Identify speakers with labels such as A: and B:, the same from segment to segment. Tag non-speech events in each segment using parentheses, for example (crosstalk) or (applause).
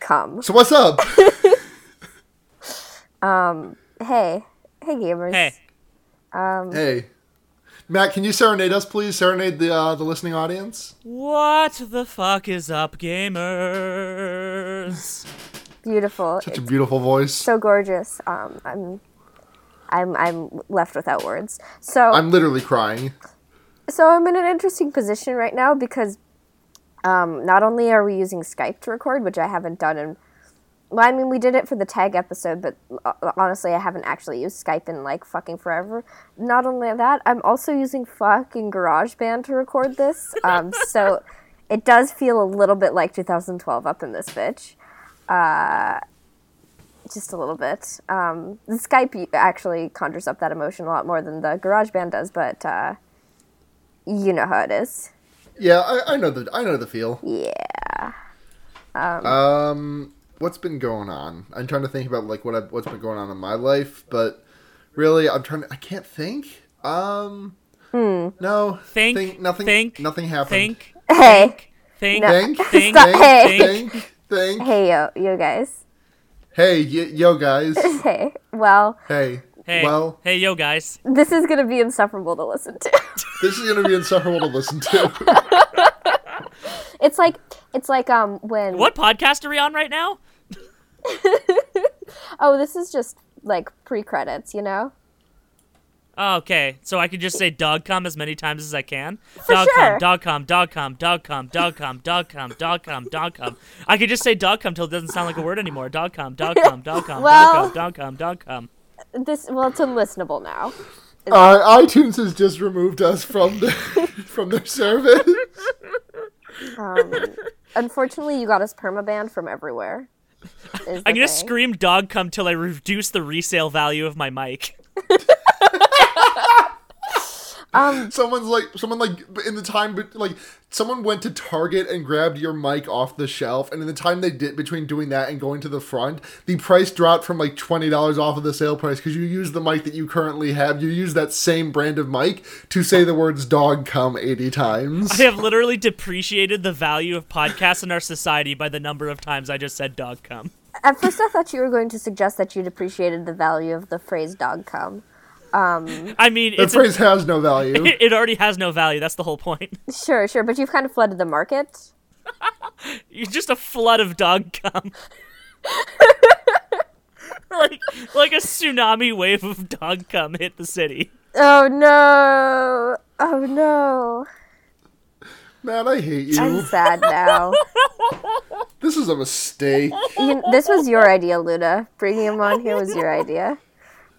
A: come.
B: So
A: (laughs)
B: what's up?
A: Hey, hey gamers.
C: Hey,
B: hey, Matt, can you serenade us, please? Serenade the uh, the listening audience.
C: what the fuck is up, gamers?
A: Beautiful.
B: Such
A: It's
B: a beautiful voice.
A: so gorgeous. Um, I'm, I'm, I'm left without words. So,
B: I'm literally crying.
A: so I'm in an interesting position right now because, um, not only are we using Skype to record, which I haven't done in, well, I mean, we did it for the tag episode, but uh, honestly, I haven't actually used Skype in like fucking forever. Not only that, I'm also using fucking GarageBand to record this. Um, so it does feel a little bit like 2012 up in this bitch. Uh, just a little bit. Um, the Skype actually conjures up that emotion a lot more than the GarageBand does, but uh, you know how it is.
B: Yeah, I, I know the I know the feel.
A: Yeah.
B: Um, what's been going on? I'm trying to think about like what I, what's been going on in my life, but really, I'm trying. To, I can't think. Um,
A: Hmm.
B: no,
C: Think,
B: nothing.
C: think,
B: nothing happened.
C: Think,
A: Hey,
C: think,
A: (laughs)
B: Think, think,
C: think,
A: hey.
B: think, think. Hey,
A: hey, yo, you guys. (laughs)
B: y- yo, guys.
A: Hey, well,
B: Hey.
C: Hey,
B: Well,
C: hey, yo, guys.
A: this is gonna be insufferable to listen to. (laughs)
B: this is gonna be insufferable to listen
C: (laughs)
B: to.
A: it's like, it's like um when
C: What podcast are we on right now?
A: oh this is just like pre credits, you know.
C: Oh, okay, so I can just say dog com as many times as I can.
A: For
C: dog
A: sure.
C: com, dog com, dog com, dog com, dog com, dog com, dog com, dog com. I could just say dog com till it doesn't sound like a word anymore. Dog com, dog com, dog com,
A: Well-
C: dog com, dog com, dog com.
A: This well, it's unlistenable now.
B: uh, iTunes has just removed us from the (laughs) from their service.
A: Unfortunately, you got us permabanned from everywhere. is the
C: I'm gonna
A: thing.
C: scream dog cum till I reduce the resale value of my mic.
B: Someone's like, someone like in the time, but like someone went to Target and grabbed your mic off the shelf, and in the time they did between doing that and going to the front, the price dropped from like twenty dollars off of the sale price because you use the mic that you currently have. You use that same brand of mic to say the words "dog come" eighty times.
C: I have literally depreciated the value of podcasts in our society by the number of times I just said dog cum.
A: At first, I thought you were going to suggest that you'd appreciated the value of the phrase "dog cum."
C: I mean,
B: That
C: it's a-
B: phrase has no value.
C: (laughs) it already has no value. That's the whole point. (laughs)
A: Sure, sure, but you've kind of flooded the market.
C: You're just a flood of dog cum. (laughs) like like a tsunami wave of dog cum hit the city.
A: Oh no! Oh no!
B: Matt, I hate
A: I'm
B: you.
A: sad now.
B: This is a
C: (laughs)
B: mistake.
A: You- this was your idea, Luna. Bringing him on here was your idea.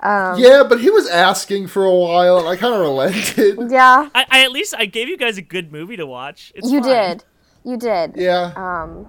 B: yeah, but he was asking for a while, and I kind of relented.
A: Yeah,
C: I, I at least I gave you guys a good movie to watch. It's
A: you
C: fine.
A: did. You did.
B: Yeah.
A: Um.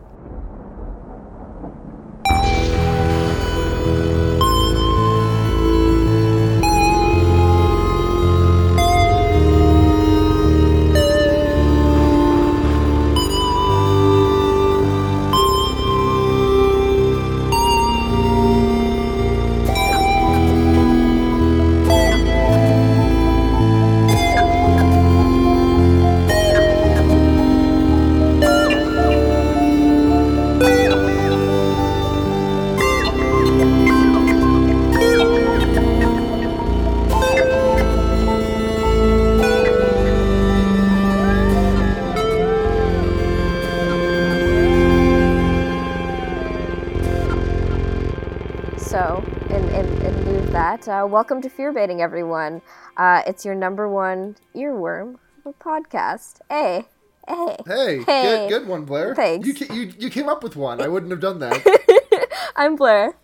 A: So, in in, in lieu of that, uh, welcome to Fear Baiting, everyone. Uh, it's your number one earworm of a podcast. Hey, hey.
B: Hey,
A: Hey.
B: Good, good one, Blair.
A: Thanks.
B: You, ca- you you came up with one. I wouldn't have done that.
A: (laughs) I'm Blair,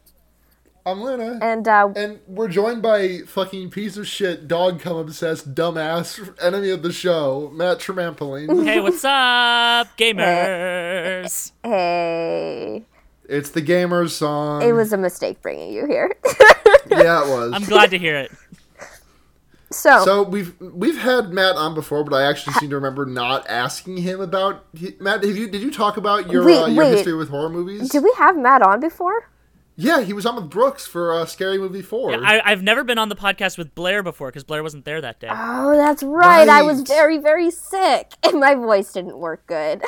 B: I'm Luna.
A: and uh,
B: And we're joined by fucking piece of shit, dog cum obsessed, dumbass enemy of the show,
A: (laughs)
B: Matt Trampoline.
C: Hey, what's up, gamers?
A: hey,
B: it's the gamer's song.
A: it was a mistake bringing you here. (laughs)
B: yeah, it was.
C: I'm glad to hear it.
A: Oh.
B: so we've we've had Matt on before, but I actually seem to remember not asking him about he, Matt. Have you did you talk about your
A: Wait,
B: uh, your
A: wait.
B: history with horror movies?
A: Did we have Matt on before?
B: yeah, he was on with Brooks for uh, Scary Movie Four.
C: I, I've never been on the podcast with Blair before because Blair wasn't there that day.
A: Oh, that's right. I was
B: Right.
A: very, very (laughs) sick, and my voice didn't work good.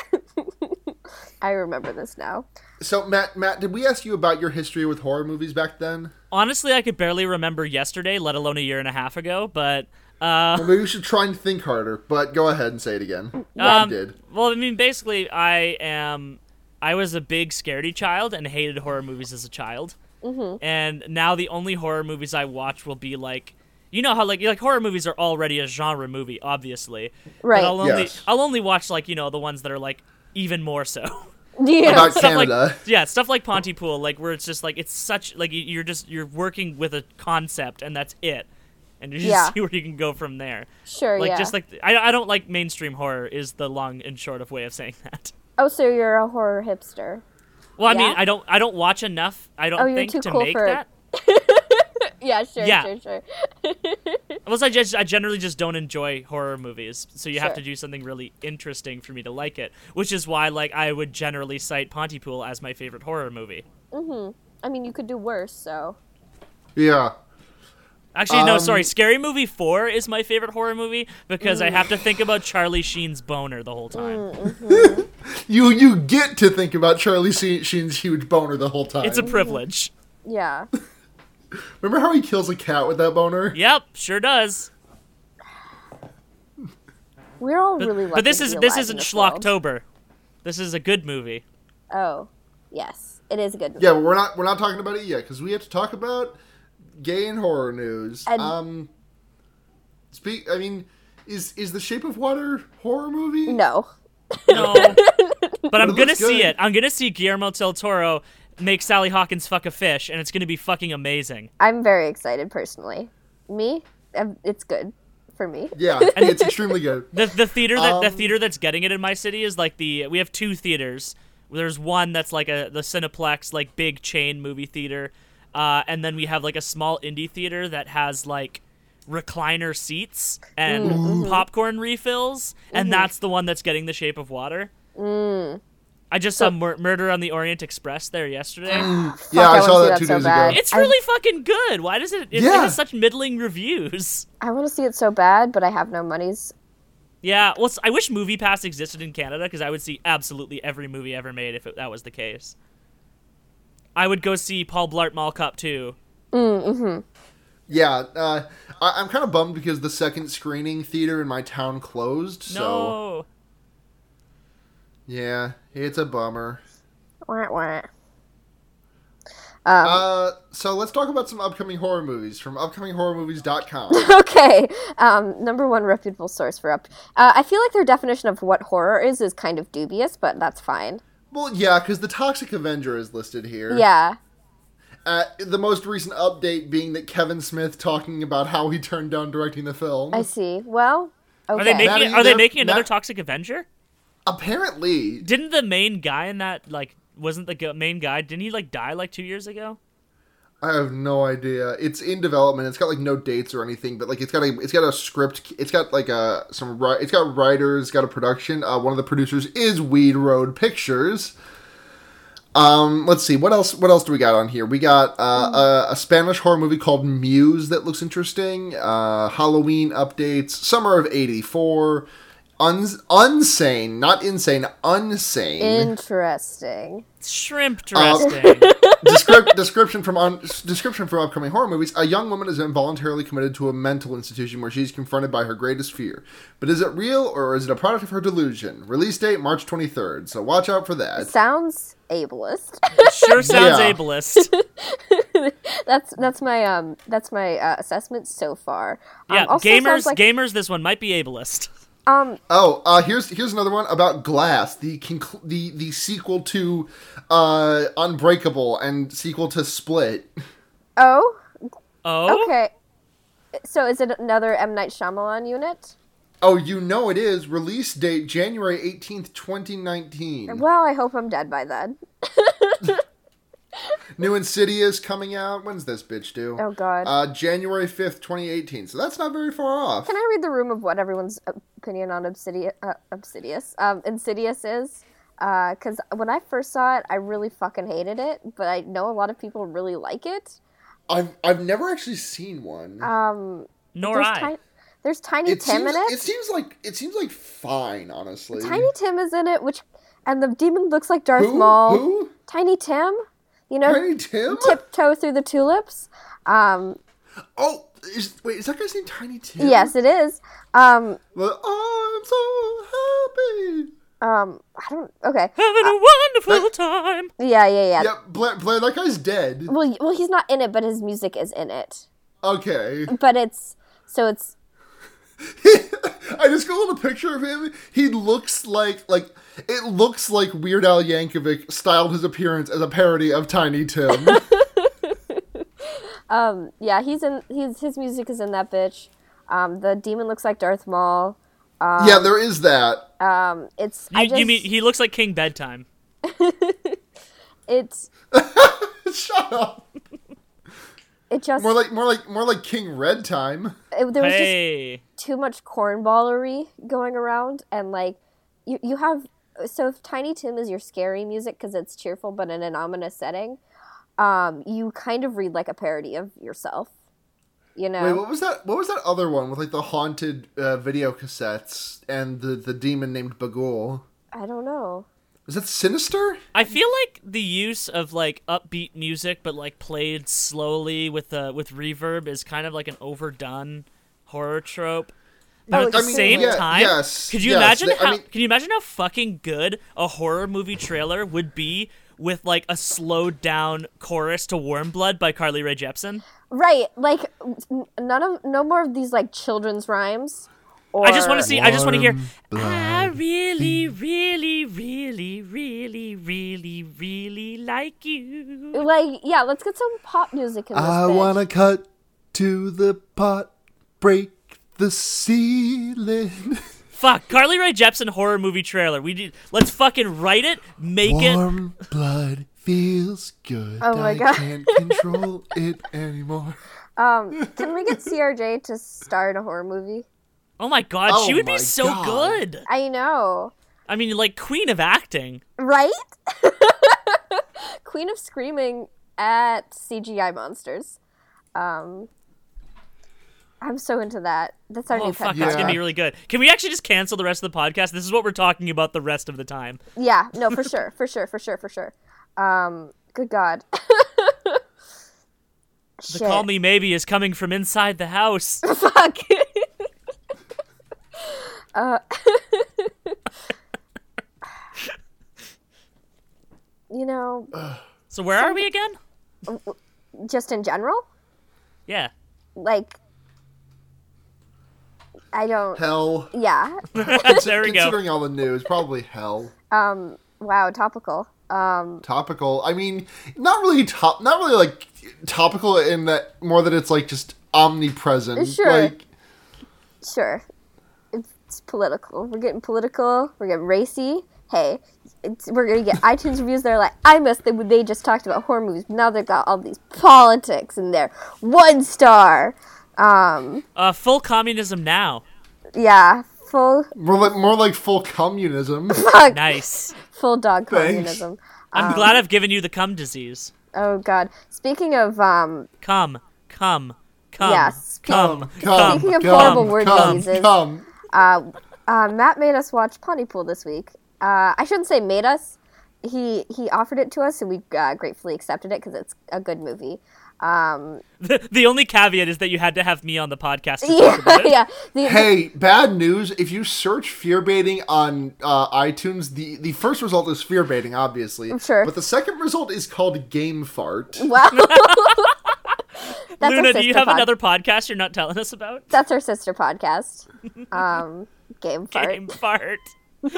A: I remember this now.
B: So Matt, Matt, did we ask you about your history with horror movies back then?
C: Honestly, I could barely remember yesterday, let alone a year and a half ago. But uh,
B: Well, maybe we should try and think harder. But go ahead and say it again. Yeah,
C: um,
B: you did.
C: well, I mean, basically, I am. I was a big scaredy child and hated horror movies as a child. Mm-hmm. And now the only horror movies I watch will be like, you know how like like horror movies are already a genre movie, obviously.
A: Right.
C: But I'll only
B: Yes.
C: I'll only watch like you know the ones that are like even more so. (laughs)
A: Yeah.
B: About
C: stuff like-
B: Canada.
C: yeah, stuff like Pontypool, like where it's just like it's such like you- you're just you're working with a concept and that's it, and you just
A: Yeah.
C: (laughs) see where you can go from there.
A: (laughs) Sure,
C: like
A: yeah.
C: just like I, I don't like mainstream horror is the long and short of way of saying (laughs) that.
A: oh, so you're a horror hipster.
C: Well, I mean
A: Yeah?
C: I don't I don't watch enough. I don't
A: Oh, you're
C: think
A: too
C: to
A: cool
C: make
A: for-
C: that.
A: Yeah, sure,
C: Yeah.
A: sure, sure.
C: Unless I just I generally just don't enjoy horror movies, so you have
A: Sure.
C: to do something really interesting for me to like it, which is why like I would generally cite Pontypool as my favorite horror movie.
A: I mean, you could do worse, so.
B: Yeah.
C: Actually, no,
B: Um,
C: sorry. Scary Movie 4 is my favorite horror movie because I
A: Mm.
C: have to think about Charlie Sheen's boner the whole time.
B: You you get to think about Charlie Sheen- Sheen's huge boner the whole time.
C: It's a privilege.
A: Yeah.
B: Remember how he kills a cat with that boner?
C: Yep, sure does.
A: We're all really lucky.
C: But this
A: to
C: is
A: be
C: this
A: alive
C: isn't
A: in this world.
C: Schlocktober. This is a good movie.
A: Oh, yes. It is a good
B: Yeah, but we're not we're not talking about it yet because we have to talk about gay and horror news.
A: And-
B: um, speak. I mean, is is The Shape of Water horror movie?
A: No.
B: (laughs)
C: No. but I'm
B: it
C: gonna
B: looks
C: see
B: good.
C: it. I'm gonna see Guillermo del Toro make Sally Hawkins fuck a fish, and it's gonna be fucking amazing.
A: I'm very excited personally. Me, um, it's good for me.
B: Yeah, it's extremely good.
C: The the theater that the
B: Um,
C: theater that's getting it in my city is like the we have two theaters. There's one that's like a the Cineplex like big chain movie theater, uh, and then we have like a small indie theater that has like recliner seats
B: Mm.
C: and
B: Mm-hmm.
C: popcorn refills, and that's the one that's getting The Shape of Water.
B: Mm.
C: I just saw Mur- Murder on the Orient Express there
B: (gasps)
C: yesterday. (gasps)
B: yeah, I
A: I
B: saw
A: wanna see
B: that
A: that
B: two
A: so
B: days
A: bad.
B: ago.
C: it's really fucking good. Why does it? It, it
B: Yeah.
C: has such middling reviews. (laughs)
A: I want to see it so bad, but I have no monies.
C: Yeah, well, s- I wish Movie Pass existed in Canada because I would see absolutely every movie ever made if it, that was the case. I would go see Paul Blart Mall Cop 2.
B: Yeah, uh, I, I'm kind of bummed because the second screening theater in my town closed. So
C: No.
B: yeah, it's a bummer.
A: Wah, wah. Um,
B: Uh, so let's talk about some upcoming horror movies from
A: (laughs)
B: upcominghorrormovies.com.
A: Okay, um, number one reputable source for up. Uh, I feel like their definition of what horror is is kind of dubious, but that's fine.
B: well, yeah, because the Toxic Avenger is listed here.
A: Yeah,
C: Hmm.
B: Uh, the most recent update being that Kevin Smith talking about how he turned down directing the film.
A: I see. Well, okay.
C: Are they (laughs)
B: Matt, are
C: making
B: you
C: Are they
B: there?
C: making another
B: Matt?
C: Toxic Avenger?
B: Apparently,
C: Didn't the main guy in that like wasn't the g- main guy? Didn't he like die like two years ago?
B: I have no idea. It's in development. It's got like no dates or anything, but like it's got a it's got a script. It's got like a some ri- it's got writers. It's got a production. Uh, one of the producers is Weed Road Pictures. Um, let's see what else. What else do we got on here? We got uh, a, a Spanish horror movie called Muse that looks interesting. Uh, Halloween updates. Summer of '84. Uns- unsane, not insane. Unsane.
A: Interesting.
C: Shrimp
B: Uh,
C: dressing.
B: (laughs) Descrip- description from on description from upcoming horror movies: A young woman is involuntarily committed to a mental institution where she's confronted by her greatest fear. But is it real or is it a product of her delusion? Release date March twenty third. So watch out for that.
A: Sounds ableist. (laughs)
C: sure sounds
B: Yeah.
C: ableist.
A: Um, that's that's my um that's my uh, assessment so far. Um,
C: Yeah,
A: also
C: gamers
A: sounds like-
C: gamers. This one might be ableist.
A: Um,
B: Oh, uh, here's here's another one about Glass, the conclu- the the sequel to uh, Unbreakable and sequel to Split.
A: oh,
C: Oh,
A: okay. So is it another M Night Shyamalan unit?
B: Oh, you know it is. Release date January eighteenth, twenty nineteen.
A: Well, I hope I'm dead by then.
B: New Insidious coming out. When's this bitch due?
A: Oh God.
B: Uh, January 5th, 2018. So that's not very far off.
A: Can I read the room of what everyone's opinion on Obsidian, uh, Obsidious, um, Insidious is? Because when I first saw it, I really fucking hated it, but I know a lot of people really like it.
B: I've, I've never actually seen one.
A: Um,
C: nor
A: there's,
C: I.
A: ti- there's Tiny
B: it,
A: Tim
B: seems,
A: in it.
B: it seems like it seems like fine, honestly.
A: Tiny Tim is in it, which and the demon looks like Darth
B: who?
A: Maul.
B: Who?
A: Tiny Tim, you know,
B: Tiny Tim?
A: tiptoe through the tulips. Um,
B: Oh, is, wait, is that guy's name Tiny Tim?
A: yes, it is. Um,
B: Well, I'm so happy.
A: um, I don't. Okay.
C: Having a wonderful time.
A: Yeah, yeah, yeah.
B: Yeah, Blair, Blair, that guy's dead.
A: Well, y- well, he's not in it, but his music is in it.
B: Okay.
A: (laughs)
B: (laughs)
A: But it's so it's
B: I just googled a picture of him. He looks like like it looks like Weird Al Yankovic styled his appearance as a parody of
A: (laughs)
B: Tiny Tim.
A: um yeah he's in he's his music is in that bitch. Um, the demon looks like Darth Maul.
B: yeah, there is that.
A: Um, it's
C: You,
A: I just
C: you mean he looks like King Bedtime?
A: it's
B: (laughs) Shut up.
A: it just
B: More like more like more like King Red Time.
A: it, there was just
C: Hey,
A: too much cornballery going around and like you you have so if tiny tim is your scary music because it's cheerful but in an ominous setting um you kind of read like a parody of yourself you know
B: Wait, what was that? What was that other one with like the haunted uh, video cassettes and the the demon named Bagul?
A: i don't know
B: Was that Sinister?
C: I feel like the use of like upbeat music, but like played slowly with uh, with reverb, is kind of like an overdone horror trope. But
A: Oh,
C: at the
A: it's-
C: same
A: Yeah,
C: time,
B: yes,
C: could you
B: yes,
C: imagine
B: they- I
C: how
B: mean-
C: can you imagine how fucking good a horror movie trailer would be with like a slowed down chorus to Warm Blood by Carly Rae Jepsen?
A: right like n- none of no more of these like children's rhymes or
C: I just want to see. I just want to hear.
B: Warm
C: I really, really, really, really, really, really like you.
A: like yeah let's get some pop music in this
B: I
A: bitch.
B: wanna cut to the pot, break the (laughs) ceiling.
C: Fuck, Carly Rae Jepsen horror movie trailer. We did. Let's fucking write it, make it.
B: Warm blood feels good.
A: Oh my
B: I
A: God.
B: can't control it anymore.
A: um can we
B: (laughs)
A: get crj to star in a horror movie
C: Oh my god,
B: Oh
C: she would
B: my
C: be so
B: God.
C: good.
A: i know
C: I mean, like queen of acting.
A: Right? (laughs) Queen of Screaming at CGI Monsters. Um, I'm so into that. That's our
C: Oh
A: new
C: fuck,
A: pet.
C: it's
A: project.
C: gonna be really good. Can we actually just cancel the rest of the podcast? This is what we're talking about the rest of the time.
A: Yeah, no,
C: (laughs)
A: for sure, for sure, for sure, for sure. Um, good God. (laughs)
C: The
A: Shit.
C: call me maybe is coming from inside the house.
A: Fuck. uh, (laughs) you know,
C: So where are we again?
A: just in general,
C: Yeah.
A: like, I don't.
B: (laughs) Hell.
A: Yeah.
C: There we go.
B: Considering all the news, probably hell.
A: Um, wow, topical. Um,
B: Topical. I mean, not really top. Not really like topical in that more that it's like just omnipresent.
A: Sure.
B: Like,
A: sure. It's political. We're getting political. We're getting racy. Hey, it's, we're gonna get iTunes reviews. They're like, I miss they they just talked about horror movies. Now they've got all these politics in there. One star. Um,
C: Uh, full communism now.
A: yeah, full
B: more like more like
A: (laughs)
B: full communism.
C: Nice.
A: full dog
B: Thanks.
A: communism.
C: I'm glad I've given you the cum disease.
A: Oh God. Speaking of um,
C: Come, come, come,
A: Yes.
C: come,
B: Come,
A: Speaking of
B: come,
A: horrible word
B: come,
A: diseases-
B: come.
A: Uh, Matt made us watch Pontypool this week. Uh, I shouldn't say made us. He he offered it to us, and we uh, gratefully accepted it because it's a good movie. Um,
C: The, the only caveat is that you had to have me on the podcast. To
A: (laughs)
C: talk
A: yeah,
C: about it.
A: yeah. The- (laughs)
B: Hey, bad news! If you search fear baiting on uh, iTunes, the the first result is fear baiting, obviously.
A: Sure. Mm-hmm.
B: But the second result is called game fart.
C: (laughs)
A: wow. That's our
C: Luna, do you
A: sister
C: have
A: pod-
C: another podcast you're not telling us about?
A: That's our sister podcast. Um,
C: (laughs)
A: game fart.
C: Game fart.
A: Can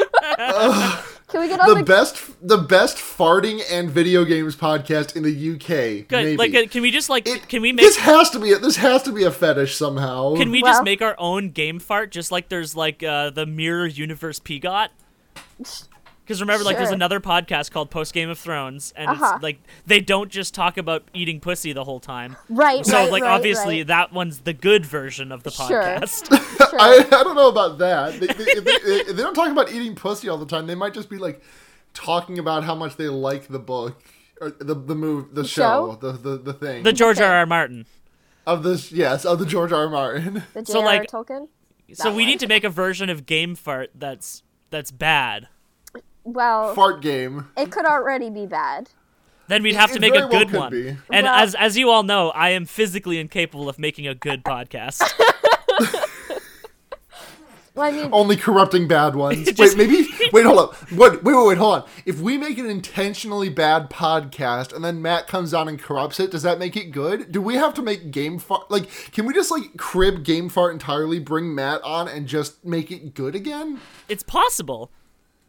A: we get on
B: the
A: the?
B: best the best farting and video games podcast in the UK.
C: Good.
B: Maybe.
C: Like, uh, can we just like,
B: It-
C: can we make,
B: this has to be a, this has to be a fetish somehow.
C: can we
A: Well-
C: just make our own game fart? Just like there's like uh, the Mirror Universe Peagot. Because remember, like, there's
A: Sure.
C: another podcast called Post Game of Thrones, and
A: Uh-huh.
C: it's like they don't just talk about eating pussy the whole time.
A: right.
C: So,
A: right,
C: like,
A: right,
C: obviously,
A: right.
C: that one's the good version of the
A: Sure.
C: podcast.
A: (laughs)
B: (laughs) I, I don't know about that. They, they, if, they, if they don't talk about eating pussy all the time, they might just be like talking about how much they like the book or the the move the show,
A: show?
B: the, the the thing
C: The George R. R. Martin.
B: of this yes of the George R. R. Martin.
A: the
C: so,
A: J.R.R.
C: like-
A: Tolkien.
C: So
A: That
C: we
A: one.
C: need to make a version of Game Fart that's that's bad.
A: Well, Oh.
B: fart game.
A: it could already be bad.
C: Then we'd have to
B: It
C: make
B: very
C: a
B: well
C: good
B: could
C: one.
B: be.
C: And
A: Well-
C: as as you all know, I am physically incapable of making a good podcast.
A: (laughs) Well, I mean,
B: Only corrupting
C: (laughs)
B: bad ones.
C: Just-
B: wait, maybe. Wait, hold up. What? Wait, wait, wait, hold on. If we make an intentionally bad podcast and then Matt comes on and corrupts it, does that make it good? Do we have to make game fart? Like, can we just like crib game fart entirely? Bring Matt on and just make it good again?
C: it's possible.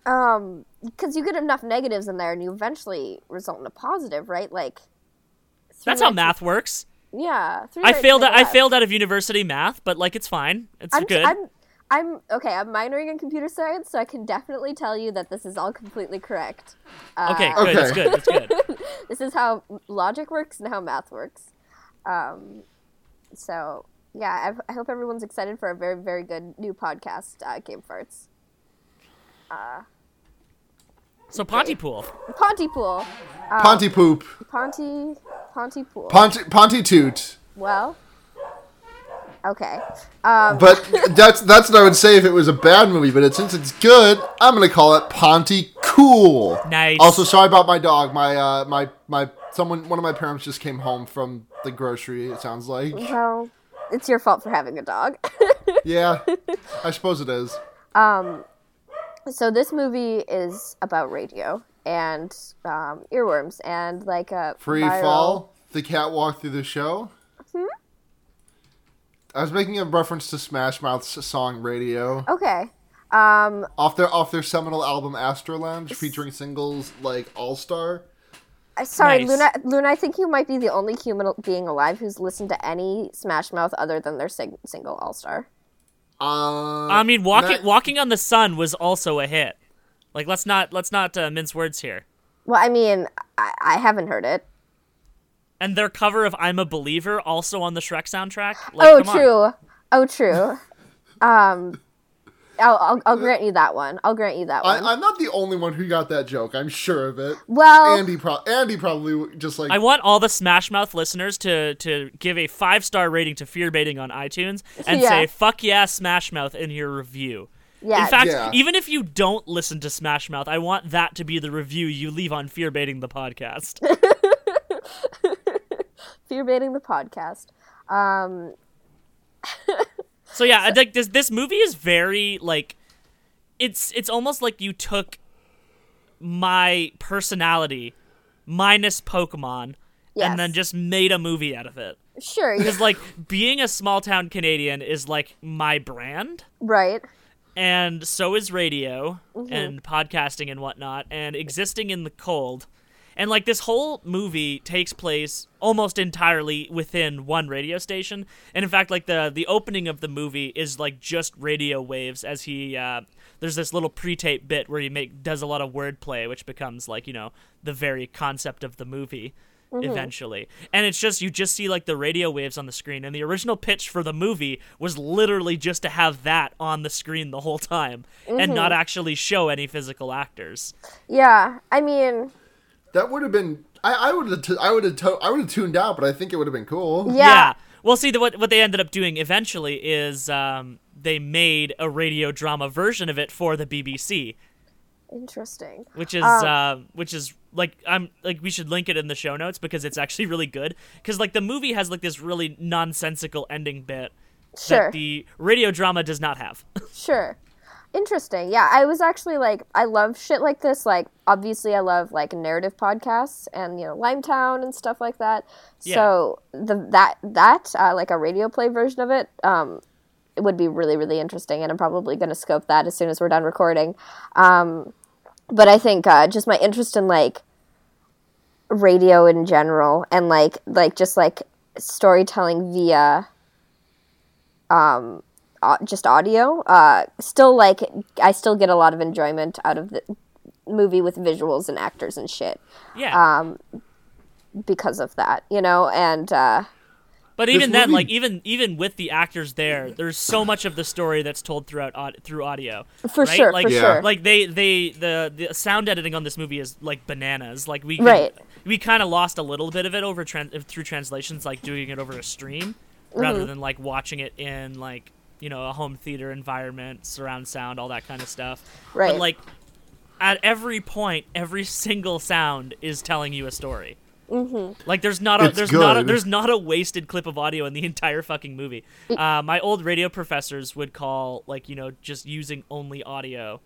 A: um, because you get enough negatives in there, and you eventually result in a positive, right? Like three
C: That's how
A: nights-
C: math works.
A: Yeah, three
C: I
A: nights
C: failed.
A: in a
C: I
A: row.
C: failed out of university math, but like it's fine. It's
A: I'm,
C: good.
A: I'm, I'm okay. I'm minoring in computer science, so I can definitely tell you that this is all completely correct. Uh,
C: okay, good. It's
B: Okay.
C: good. It's good.
A: (laughs) This is how logic works and how math works. Um, so yeah, I've, I hope everyone's excited for a very very good new podcast, uh, Game Farts.
C: So Pontypool.
A: Pontypool,
B: Pontypoop.
A: Ponty, Pontypool.
B: Ponty Pontytoot.
A: well, okay. Um,
B: But that's that's what I would say if it was a bad movie. But it, since it's good, I'm gonna call it Ponty Cool.
C: Nice.
B: Also, sorry about my dog. My uh, my my someone one of my parents just came home from the grocery. It sounds like.
A: well, it's your fault for having a dog. (laughs)
B: Yeah, I suppose it is.
A: so this movie is about radio and um, earworms and like a
B: Free
A: viral-
B: fall. The cat walked through the show. I was making a reference to Smash Mouth's song "Radio"
A: Okay. Um,
B: off their off their seminal album "Astro Lounge," featuring singles like "All Star."
A: I- sorry,
C: Nice.
A: Luna. Luna, I think you might be the only human being alive who's listened to any Smash Mouth other than their sing- single All Star.
B: Uh,
C: I mean, walking
B: not-
C: walking on the sun was also a hit. Like let's not let's not uh, mince words here.
A: Well, I mean, I, I haven't heard it.
C: And their cover of "I'm a Believer" also on the Shrek soundtrack. Like,
A: Oh,
C: come on.
A: true. Oh,
C: (laughs)
A: true. um, I'll, I'll I'll grant you that one. I'll grant you that one.
B: I, I'm not the only one who got that joke. I'm sure of it.
A: well,
B: Andy, pro- Andy probably just like
C: I want all the Smash Mouth listeners to to give a five star rating to Fear Baiting on iTunes and
A: Yeah.
C: say "fuck yeah, Smash Mouth" in your review.
A: yeah.
C: In fact,
B: Yeah.
C: even if you don't listen to Smash Mouth, I want that to be the review you leave on Fear Baiting
A: (laughs)
C: the podcast.
A: fear baiting the podcast. Um,
C: so yeah, I think this this movie is very like it's it's almost like you took my personality minus Pokemon
A: Yes.
C: and then just made a movie out of it.
A: sure. you-
C: Because like being a small town Canadian is like my brand.
A: right.
C: and so is radio and podcasting and whatnot and existing in the cold and like this whole movie takes place almost entirely within one radio station and in fact like the the opening of the movie is like just radio waves as he uh there's this little pre-tape bit where he make does a lot of wordplay which becomes like you know the very concept of the movie
A: Mm-hmm.
C: eventually and it's just you just see like the radio waves on the screen and the original pitch for the movie was literally just to have that on the screen the whole time and not
A: Mm-hmm.
C: actually show any physical actors
A: Yeah. I mean,
B: that would have been. I would have. I would have. To- I would have tuned out, but I think it would have been cool.
A: yeah.
C: well see the, what, what they ended up doing eventually is um, they made a radio drama version of it for the bbc
A: Interesting.
C: which is
A: Ah.
C: uh, which is like I'm like we should link it in the show notes because it's actually really good because like the movie has like this really nonsensical ending bit
A: Sure.
C: that the radio drama does not have.
A: Sure. Interesting. Yeah, I was actually like, I love shit like this. Like, obviously, I love like narrative podcasts and you know Limetown and stuff like that.
C: Yeah.
A: So the that that uh, like a radio play version of it, um, it would be really really interesting, and I'm probably gonna scope that as soon as we're done recording. Um, but I think uh, just my interest in like radio in general and like like just like storytelling via au- just audio. Uh, still, like, I still get a lot of enjoyment out of the movie with visuals and actors and shit
C: yeah,
A: Uh, because of that, you know. And uh, (laughs)
C: but even then,
B: movie-
C: like even even with the actors there, there's so much of the story that's told throughout aud- through audio.
A: For
C: right?
A: sure,
C: like,
A: for Yeah. sure.
C: Like they they the the sound editing on this movie is like bananas. Like we
A: Right.
C: we kind of lost a little bit of it over tran uh, through translations, like doing it over a stream
A: Mm-hmm.
C: rather than like watching it in like you know a home theater environment, surround sound, all that kind of stuff.
A: Right.
C: But like at every point, every single sound is telling you a story. Mm-hmm. Like there's not a
B: It's
C: there's not a,
B: good.
C: there's not a wasted clip of audio in the (laughs) entire fucking movie. Uh, my old radio professors would call like you know just using only audio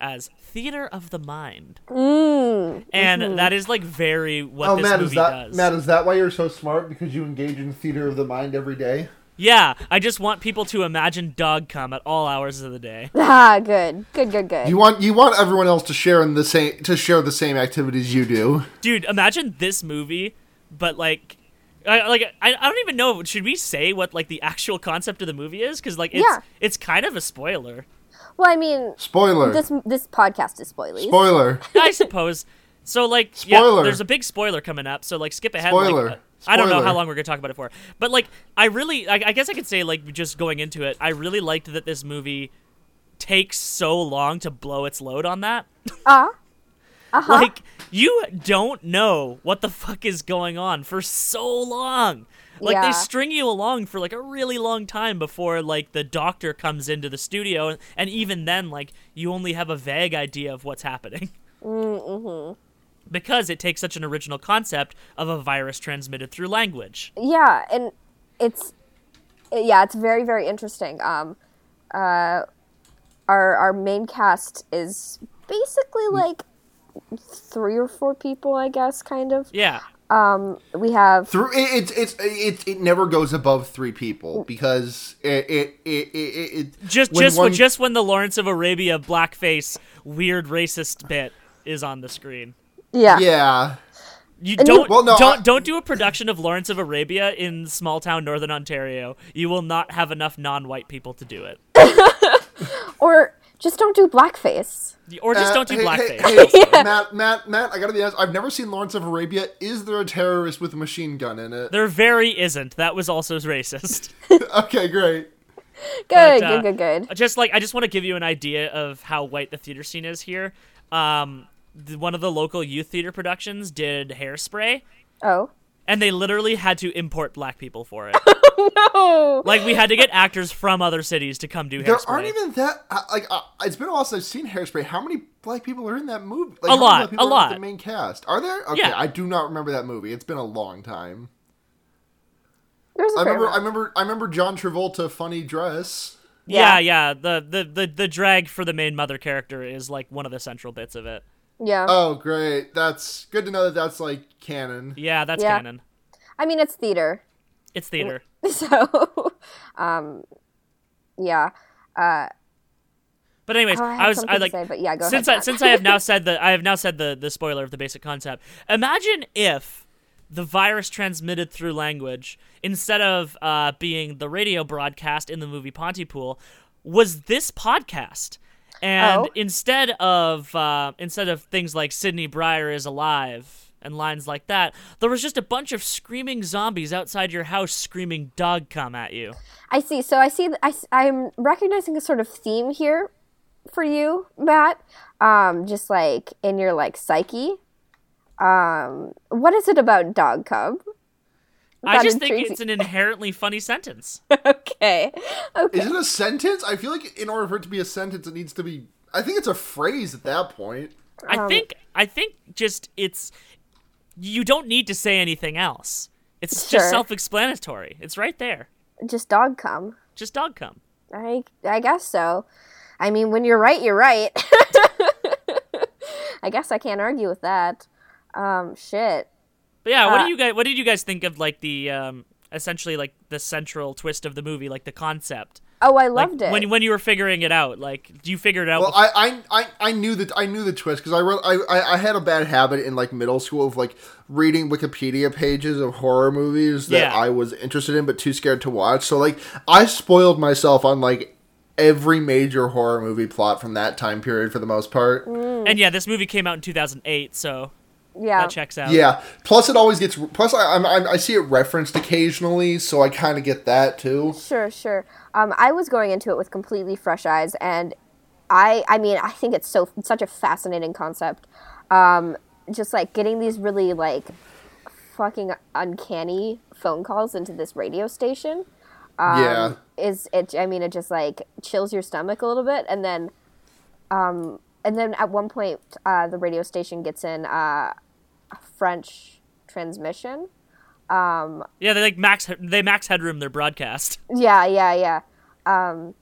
C: as theater of the mind, and that is like very what
B: Oh,
C: this
B: Matt,
C: movie
B: is that
C: does.
B: Matt? Is that why you're so smart? Because you engage in theater of the mind every day.
C: yeah, I just want people to imagine dog cum at all hours of the day.
A: Ah, good, good, good, good.
B: You want you want everyone else to share in the same to share the same activities you do.
C: dude imagine this movie but like I, like I, I don't even know should we say what like the actual concept of the movie is because like it's
A: Yeah.
C: it's kind of a spoiler
A: well, I mean,
B: Spoiler.
A: this this podcast is spoily.
B: Spoiler.
C: i suppose so like yeah,
B: Spoiler.
C: there's a big spoiler coming up so like skip ahead like,
B: Spoiler.
C: uh, i don't know
B: Spoiler.
C: how long we're gonna talk about it for but like i really I, I guess i could say like just going into it i really liked that this movie takes so long to blow its load on that
A: Ah,
C: Like you don't know what the fuck is going on for so long. Like
A: Yeah.
C: they string you along for like a really long time before like the doctor comes into the studio and, and even then like you only have a vague idea of what's happening. (laughs) Because it takes such an original concept of a virus transmitted through language.
A: yeah, and it's yeah, it's very very interesting. Um, uh, our our main cast is basically like three or four people, I guess, kind of.
C: Yeah.
A: Um, we have
B: Through it, it's it's it, it never goes above three people because it it it it, it
C: Just
B: when
C: just
B: one-
C: just when the Lawrence of Arabia blackface weird racist bit is on the screen.
A: yeah,
B: yeah.
C: You
A: And you-
C: don't
B: Well, no,
C: don't
B: I-
C: don't do a production of Lawrence of Arabia in small town northern Ontario. You will not have enough non-white people to do it,
A: or just don't do blackface.
C: or just don't do
B: Uh, hey,
C: blackface. (laughs)
B: hey, hey, Matt, Matt, Matt, I gotta be honest. I've never seen Lawrence of Arabia. Is there a terrorist with a machine gun in it?
C: There very isn't. That was also (laughs) racist.
B: (laughs) okay, great.
A: Good,
C: But, uh,
A: good, good, good.
C: Just like I just want to give you an idea of how white the theater scene is here. Um, th- one of the local youth theater productions did Hairspray,
A: Oh.
C: and they literally had to import black people for it.
A: (laughs) Oh.
C: like we had to get actors from other cities to come do
B: There
C: Hairspray.
B: aren't even that. I- Like, uh, it's been a while since I've seen Hairspray. How many black people are in that movie? Like,
C: A
B: how many
C: lot,
B: black people
C: a
B: are in
C: lot.
B: The main cast are there? Okay,
C: Yeah.
B: I do not remember that movie. It's been a long time.
A: There's a
B: I
A: fair
B: remember. I
A: amount.
B: remember. I remember John Travolta funny dress.
C: yeah,
A: Yeah.
C: yeah. The, the the the drag for the main mother character is like one of the central bits of it.
A: yeah.
B: Oh, great. That's good to know that that's like canon.
C: Yeah, that's
A: Yeah.
C: canon.
A: I mean, it's theater. (laughs)
C: It's theater.
A: So, um, yeah.
C: But anyways,
A: Oh, I
C: I,
A: had
C: was
A: something
C: I
A: to
C: like
A: say, but yeah, go ahead,
C: since I
A: Matt.
C: since I have now said the I have now said the the spoiler of the basic concept. Imagine if the virus transmitted through language instead of uh, being the radio broadcast in the movie Pontypool was this podcast. And
A: Oh.
C: instead of uh, instead of things like Sidney Brier is alive and lines like that, there was just a bunch of screaming zombies outside your house screaming dog come at you.
A: I see. So I see. th- I, am recognizing a sort of theme here for you, Matt. Um, just like in your like psyche. Um, what is it about dog cub?
C: I
A: That
C: just think
A: intrigues
C: it's an inherently funny sentence.
A: okay. Okay.
B: Is it a sentence? I feel like in order for it to be a sentence, it needs to be. I think it's a phrase at that point.
C: I
A: Um,
C: think I think just it's you don't need to say anything else. It's just
A: Sure.
C: self-explanatory. It's right there.
A: Just dog cum.
C: Just dog cum.
A: I I guess so. I mean, when you're right, you're right. (laughs) I guess I can't argue with that. Um, shit.
C: But yeah, what
A: Uh,
C: do you guys what did you guys think of like the um essentially like the central twist of the movie, like the concept?
A: Oh, I
C: Like,
A: loved it.
C: When when you were figuring it out, like do you figure it out
B: Well,
C: bef-
B: I I, I, I knew that I knew the twist because I, re- I I I had a bad habit in like middle school of like reading Wikipedia pages of horror movies that
C: Yeah.
B: I was interested in but too scared to watch. So like I spoiled myself on like every major horror movie plot from that time period for the most part.
C: and yeah, this movie came out in 2008, so
A: yeah.
C: that checks out.
B: Yeah. Plus it always gets plus I I'm, I'm, I see it referenced occasionally, so I kind of get that too.
A: Sure, sure. Um, I was going into it with completely fresh eyes, and I, I mean, I think it's so such a fascinating concept. Um, just like getting these really like fucking uncanny phone calls into this radio station
B: yeah.
A: is it. I mean, it just like chills your stomach a little bit, and then, um, and then at one point, uh, the radio station gets in uh, a French transmission. Um,
C: Yeah, they like max they max headroom their broadcast.
A: yeah, yeah, yeah. Um,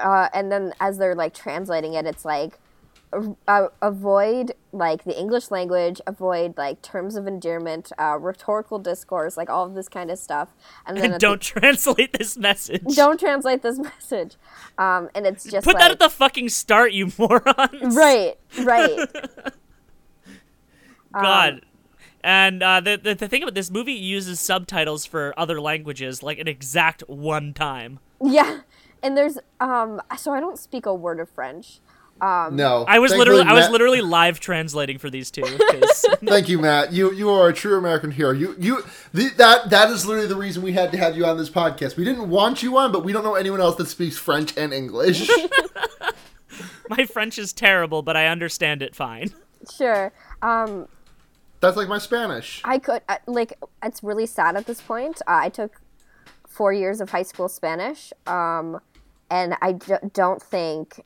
A: uh, and then as they're like translating it, it's like uh, avoid like the English language, avoid like terms of endearment, uh, rhetorical discourse, like all of this kind of stuff. And
C: (laughs)
A: then
C: And
A: at the-
C: don't translate this
A: (laughs)
C: message.
A: don't translate this (laughs) message. Um, and it's just
C: Put
A: like,
C: that at the fucking start, you (laughs) morons.
A: right, right.
C: God. and uh, the, the the thing about this movie uses subtitles for other languages like an exact one time.
A: Yeah, and there's um. So I don't speak a word of French.
B: No,
C: I was
B: Thankfully,
C: literally I was
B: Matt-
C: literally live translating for these two. 'cause- (laughs)
B: Thank you, Matt. You you are a true American hero. You you the, that that is literally the reason we had to have you on this podcast. We didn't want you on, but we don't know anyone else that speaks French and English.
C: my French is terrible, but I understand it fine.
A: Sure. Um,
B: That's like my Spanish.
A: I could uh, like it's really sad at this point. Uh, I took four years of high school Spanish. Um, and I d- don't think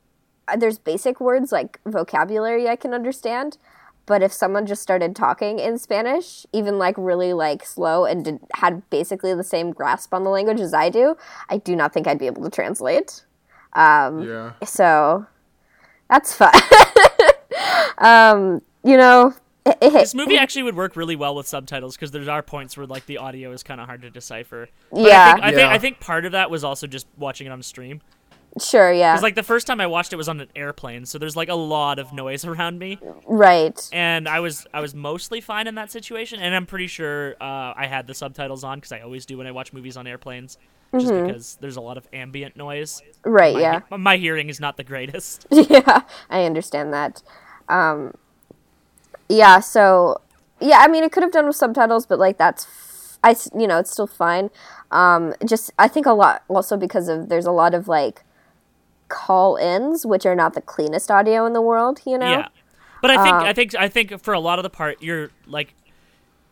A: uh, there's basic words like vocabulary I can understand. But if someone just started talking in Spanish, even like really like slow and did, had basically the same grasp on the language as I do, I do not think I'd be able to translate.
B: Yeah.
A: So that's fun. (laughs) um, you know, it,
C: This movie actually would work really well with subtitles because there are points where like the audio is kind of hard to decipher. But
A: Yeah.
C: I think, I, think,
B: Yeah.
C: I think part of that was also just watching it on stream.
A: sure, yeah,
C: It's like the first time I watched it was on an airplane, so there's like a lot of noise (laughs) around me,
A: right.
C: and I was I was mostly fine in that situation. And I'm pretty sure uh, I had the subtitles on because I always do when I watch movies on airplanes, just because there's a lot of ambient noise.
A: Right,
C: My,
A: yeah.
C: he- my hearing is not the greatest.
A: (laughs) yeah, I understand that. Um, yeah, so yeah, I mean, it could have done with subtitles, but like that's, f- I s- you know, it's still fine. Um, just I think a lot also because of there's a lot of like call-ins which are not the cleanest audio in the world, you know.
C: Yeah, but I think
A: Um,
C: I think I think for a lot of the part, you're like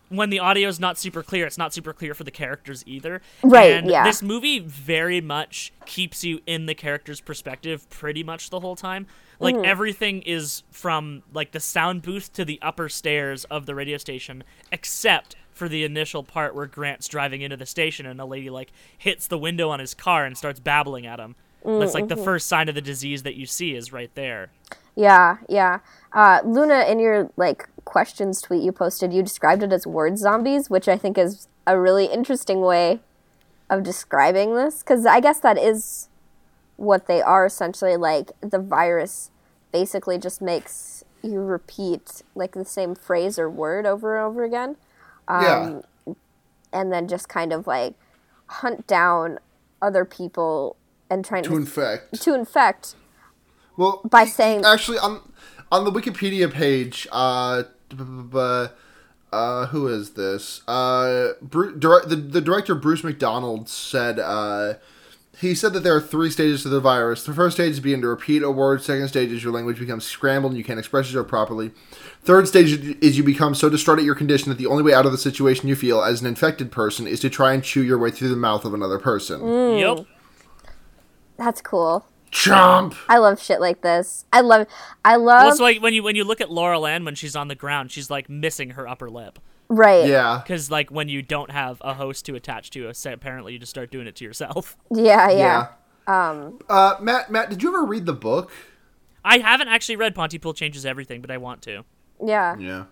C: when the audio is not super clear, it's not super clear for the characters either.
A: Right,
C: And
A: yeah.
C: This movie very much keeps you in the character's perspective pretty much the whole time. Like
A: Mm-hmm.
C: everything is from like the sound booth to the upper stairs of the radio station, except for the initial part where Grant's driving into the station and a lady like hits the window on his car and starts babbling at him. That's like
A: Mm-hmm.
C: the first sign of the disease that you see is right there.
A: Yeah, yeah. Uh, Luna, in your like questions tweet you posted, you described it as word zombies, which I think is a really interesting way of describing this because I guess that is what they are essentially. Like the virus basically just makes you repeat like the same phrase or word over and over again,
B: yeah.
A: and then just kind of like hunt down other people and trying
B: To
A: to,
B: infect.
A: to infect.
B: Well,
A: By
B: e-
A: saying-
B: actually on on the Wikipedia page, uh, b- b- b- uh, who is this? Uh, Bru- dire- the the director Bruce McDonald said. Uh, he said that there are three stages to the virus. The first stage is being to repeat a word. Second stage is your language becomes scrambled and you can't express yourself properly. Third stage is you become so distraught at your condition that the only way out of the situation you feel as an infected person is to try and chew your way through the mouth of another person.
A: Mm.
C: Yep.
A: That's cool.
B: Chomp!
A: I love shit like this. I love. I love.
C: Well, it's like when you when you look at Laurel Ann when she's on the ground, she's like missing her upper lip
A: Right.
B: Yeah.
C: because like when you don't have a host to attach to, so apparently you just start doing it to yourself. (laughs)
A: Yeah. Yeah.
B: Um, uh, Matt, Matt, did you ever read the book?
C: I haven't actually read Pontypool Changes Everything, but I want to.
A: Yeah.
B: Yeah.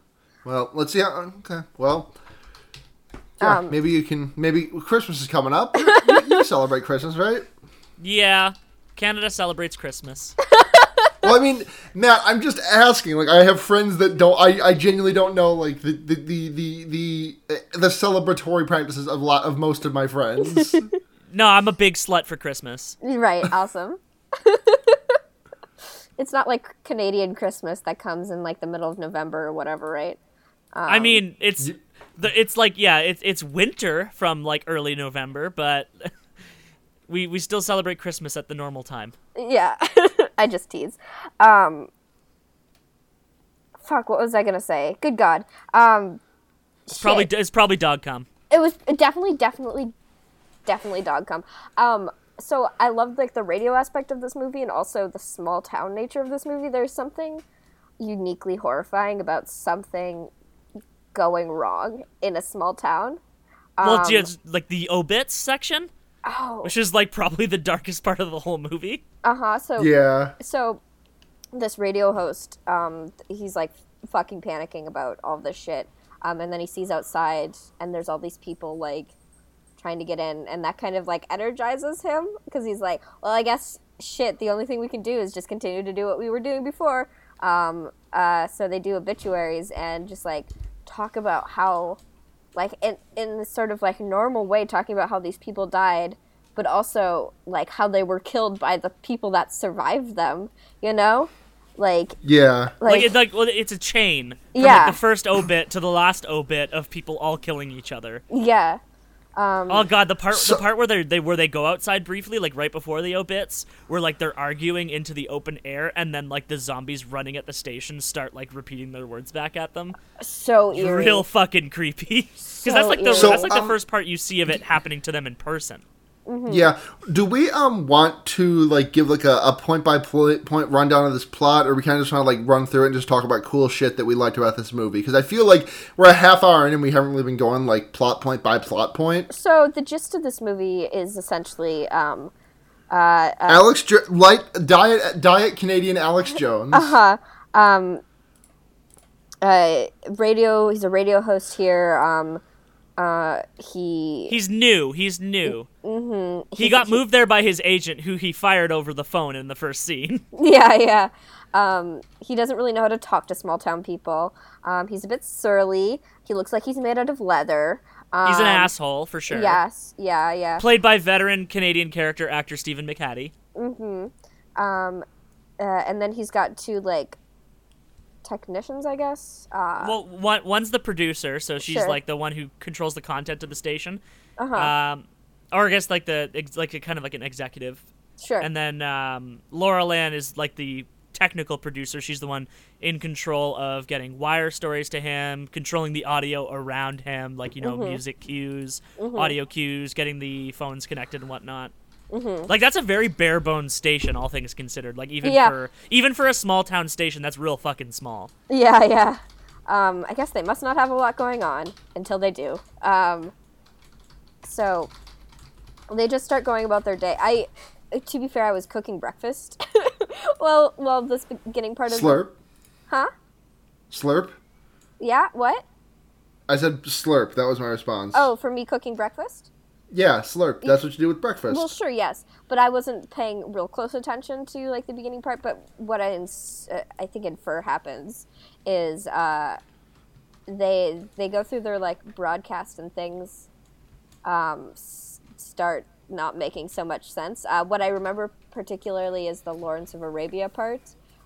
B: Well, let's see. How, okay. Well. Yeah, maybe you can. Maybe Christmas is coming up. (laughs) you, you celebrate Christmas, right?
C: Yeah, Canada celebrates Christmas. (laughs)
B: Well, I mean, Matt, I'm just asking. Like, I have friends that don't. I, I genuinely don't know. Like the the the the the, uh, the celebratory practices of lot of most of my friends.
C: No, I'm a big slut for Christmas.
A: Right. Awesome. (laughs) it's not like Canadian Christmas that comes in like the middle of November or whatever, right?
C: I mean, it's the it's like yeah, it's it's winter from like early November, but (laughs) we we still celebrate Christmas at the normal time.
A: Yeah. (laughs) I just tease. Um. Fuck. What was I gonna say? Good God. Um.
C: It's probably
A: shit.
C: it's probably dog come.
A: it was definitely, definitely, definitely dog cum. Um, so I loved like the radio aspect of this movie and also the small town nature of this movie. There's something uniquely horrifying about something going wrong in a small town.
C: Well, do you- like the obits section,
A: Oh,
C: which is like probably the darkest part of the whole movie.
A: uh huh. So
B: Yeah.
A: so this radio host um he's like fucking panicking about all this shit um and then he sees outside and there's all these people like trying to get in and that kind of like energizes him because he's like well i guess shit the only thing we can do is just continue to do what we were doing before um uh so they do obituaries and just like talk about how like in in this sort of like normal way talking about how these people died but also like how they were killed by the people that survived them you know like
B: Yeah.
A: like,
C: Like, it, like well, it's a chain. From,
A: Yeah.
C: Like, the first obit to the last obit of people all killing each other.
A: yeah
C: Oh god, the part
B: So-
C: the part where they they where they go outside briefly, like right before the obits, where like they're arguing into the open air, and then like the zombies running at the station start like repeating their words back at them.
A: so eerie.
C: Real fucking creepy. (laughs) Because that's
A: So
C: like the
A: eerie.
C: that's like
B: So,
C: the
B: um,
C: first part you see of it happening to them in person.
A: Hmm.
B: Yeah. Do we um want to like give like a, a point by point point rundown of this plot, or we kind of just want to like run through it and just talk about cool shit that we liked about this movie? Because I feel like we're a half hour in and we haven't really been going like plot point by plot point.
A: so the gist of this movie is essentially um Uh.
B: Alex jo- light diet diet
A: (laughs)
B: Canadian Alex Jones.
A: Uh-huh. uh radio he's a radio host here um uh he
C: He's new. He's new. Mm-hmm. He got moved there by his agent, who he fired over the phone in the first scene.
A: (laughs)
C: (laughs)
A: Yeah, yeah. Um, he doesn't really know how to talk to small town people. Um, he's a bit surly. He looks like he's made out of leather. Um,
C: He's an asshole for sure.
A: Yes, yeah, yeah.
C: Played by veteran Canadian character actor Stephen McHattie.
A: Uh, and then he's got two like technicians, I guess. Uh,
C: Well, one, one's the producer, so she's
A: Sure.
C: like the one who controls the content of the station. Uh-huh. Um, or I guess like the ex- like a, kind of like an executive.
A: sure.
C: And then um, Laura Lan is like the technical producer. She's the one in control of getting wire stories to him, controlling the audio around him, like you know
A: Mm-hmm.
C: music cues, audio cues, getting the phones connected and whatnot.
A: Mm-hmm.
C: Like that's a very bare bones station, all things considered. Like even
A: Yeah.
C: for even for a small town station, that's real fucking small.
A: yeah, (laughs) yeah. Um, I guess they must not have a lot going on until they do. Um, so they just start going about their day. I, to be fair, I was cooking breakfast. (laughs) well, well, this beginning part of
B: slurp.
A: huh?
B: Slurp.
A: Yeah. What?
B: I said slurp. That was my response.
A: Oh, for me cooking breakfast?
B: Yeah, slurp. That's what you do with breakfast.
A: Well, sure, yes, but I wasn't paying real close attention to like the beginning part. But what I ins- uh, I think infer happens is uh, they they go through their like broadcast and things um, s- start not making so much sense. Uh, what I remember particularly is the Lawrence of Arabia part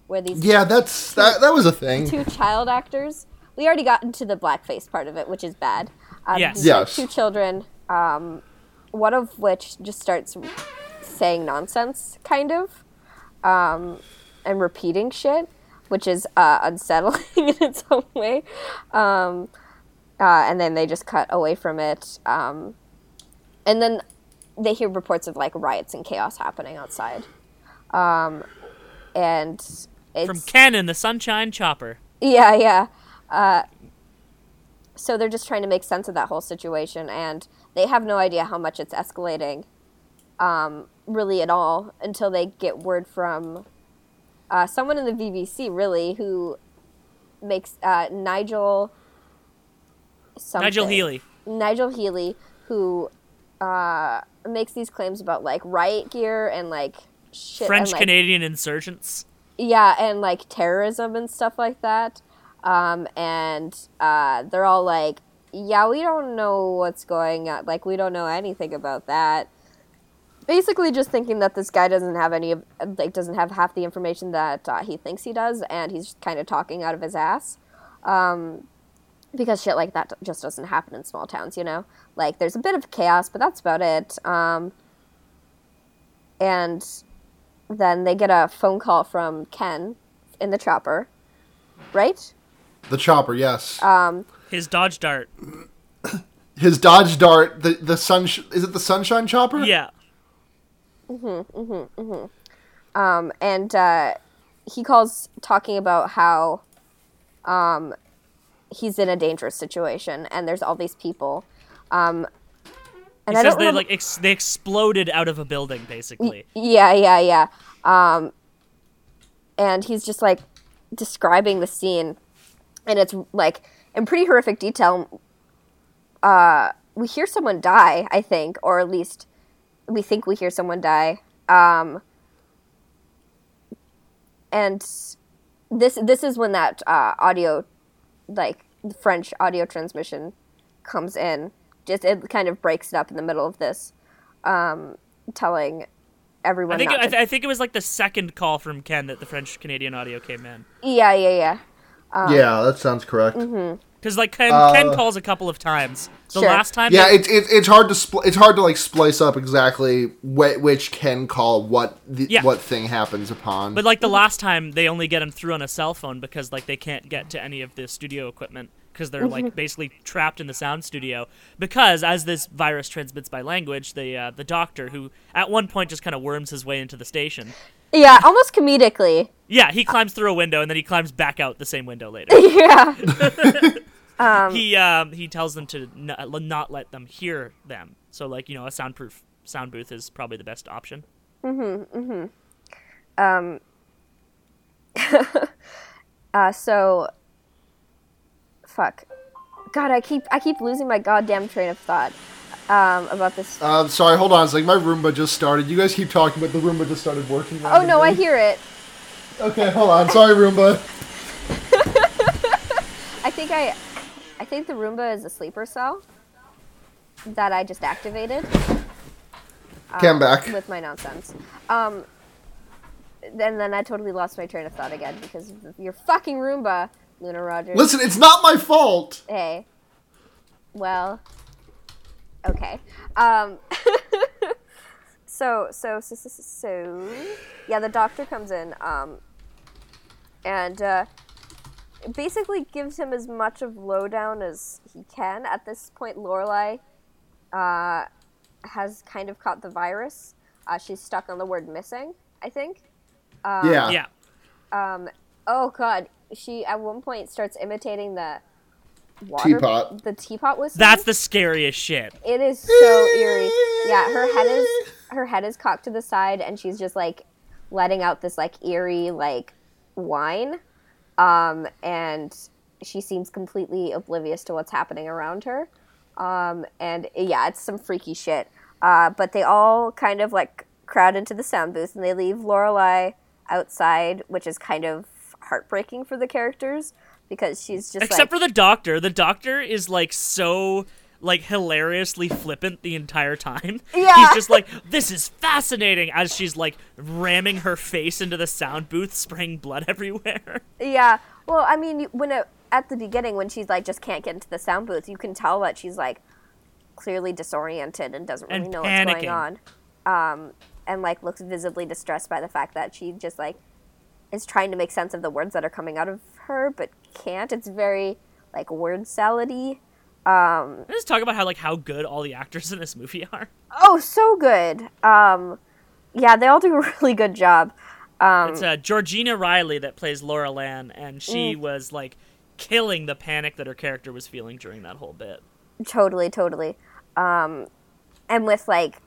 A: where these
B: yeah, that's that, that was a thing.
A: two child actors. We already got into the blackface part of it, which is bad. Um,
C: Yes.
A: these, like,
B: Yes.
A: Two children, um, one of which just starts saying nonsense, kind of, um, and repeating shit, which is uh, unsettling (laughs) in its own way. Um, uh, and then they just cut away from it. Um, and then they hear reports of like riots and chaos happening outside. Um, and it's
C: From Canon, the Sunshine Chopper.
A: yeah, yeah. Uh, so they're just trying to make sense of that whole situation, and they have no idea how much it's escalating, um, really at all, until they get word from uh, someone in the BBC, really, who makes uh, Nigel. Something.
C: Nigel Healy.
A: Nigel Healy, who uh, makes these claims about like riot gear and like shit. and,
C: French
A: like-
C: Canadian insurgents.
A: yeah, and like terrorism and stuff like that. Um, and uh, they're all like, yeah, we don't know what's going on. Like, we don't know anything about that. Basically, just thinking that this guy doesn't have any of, like, doesn't have half the information that uh, he thinks he does, and he's kind of talking out of his ass. Um, because shit like that just doesn't happen in small towns, you know? Like, there's a bit of chaos, but that's about it. Um, and then they get a phone call from Ken in the chopper, right? Um,
B: The chopper, yes.
A: Uh.
C: His Dodge Dart.
B: His Dodge Dart, the the sun is it the Sunshine Chopper?
C: Yeah.
A: Um, and uh, he calls talking about how um, he's in a dangerous situation, and there's all these people. Um, and
C: He
A: I
C: says
A: don't
C: they
A: remember-
C: like ex- they exploded out of a building, basically.
A: Yeah, yeah, yeah. Um, and he's just like describing the scene, and it's like in pretty horrific detail. Uh, we hear someone die, I think, or at least we think we hear someone die. Um, and this this is when that uh, audio, like the French audio transmission, comes in. Just it kind of breaks it up in the middle of this, um, telling everyone.
C: I think
A: not
C: I,
A: to-
C: th- I think it was like the second call from Ken that the French Canadian audio came in
A: Yeah, yeah, yeah. Uh.
B: yeah, that sounds
A: Mm-hmm.
B: correct.
C: because like Ken, Ken calls a couple of times. The
A: Sure.
C: last time,
B: Uh, (laughs) Yeah,
C: they-
B: it's it, it's hard to spl- it's hard to like splice up exactly wh- which can call what the,
C: Yeah.
B: what thing happens upon.
C: but like the last time they only get him through on a cell phone because like they can't get to any of the studio equipment because they're
B: Mm-hmm.
C: like basically trapped in the sound studio because as this virus transmits by language, the uh, the doctor who at one point just kind of worms his way into the station.
A: Yeah, almost comedically. (laughs)
C: Yeah, he climbs through a window and then he climbs back out the same window later.
A: Yeah.
C: he um, he tells them to n- not let them hear them. So like you know, a soundproof sound booth is probably the best option.
A: Uh, so, fuck. God, I keep I keep losing my goddamn train of thought um, about this.
B: uh, sorry, hold on. It's like my Roomba just started. You guys keep talking, but the Roomba just started working.
A: Oh no, I hear it.
B: Okay, hold on. Sorry, Roomba.
A: I think I, I think the Roomba is a sleeper cell that I just activated
B: Come back.
A: Uh, with my nonsense. Um, and then I totally lost my train of thought again because of your fucking Roomba, Luna Rogers.
B: Listen, it's not my fault.
A: Hey. Eh, Well. Okay. Um. (laughs) so so so so, so- so yeah, the doctor comes in. Um. And uh, basically gives him as much of lowdown as he can. At this point, Lorelai uh, has kind of caught the virus. Uh, she's stuck on the word missing. I think. Uh,
B: yeah.
C: yeah,
A: Oh God. She at one point starts imitating the water,
B: Teapot.
A: the teapot whistle.
C: that's the scariest shit.
A: It is so eerie. Yeah, her head is her head is cocked to the side, and she's just like letting out this like eerie like whine, um, and she seems completely oblivious to what's happening around her. Um, and yeah, it's some freaky shit. Uh, but they all kind of like crowd into the sound booth, and they leave Lorelai outside, which is kind of heartbreaking for the characters because she's just
C: Except
A: like,
C: for the doctor. The doctor is like so like hilariously flippant the entire time. (laughs)
A: Yeah.
C: He's just like, this is fascinating as she's like ramming her face into the sound booth, spraying blood (laughs) everywhere.
A: Yeah. Well, I mean, you- when it, at the beginning, when she's like just can't get into the sound booth, you can tell that she's like clearly disoriented and doesn't really
C: And
A: know what's going
C: panicking.
A: on, um, and like looks visibly distressed by the fact that she just like is trying to make sense of the words that are coming out of her but can't. It's very like word salady.
C: Let's just talk about how like how good all the actors in this movie are.
A: Oh, so good. Um, yeah, they all do a (laughs) really good job.
C: It's uh, Georgina Riley that plays Laura Lan, and she was like killing the panic that her character was feeling during that whole bit.
A: Totally, totally. Um, and with like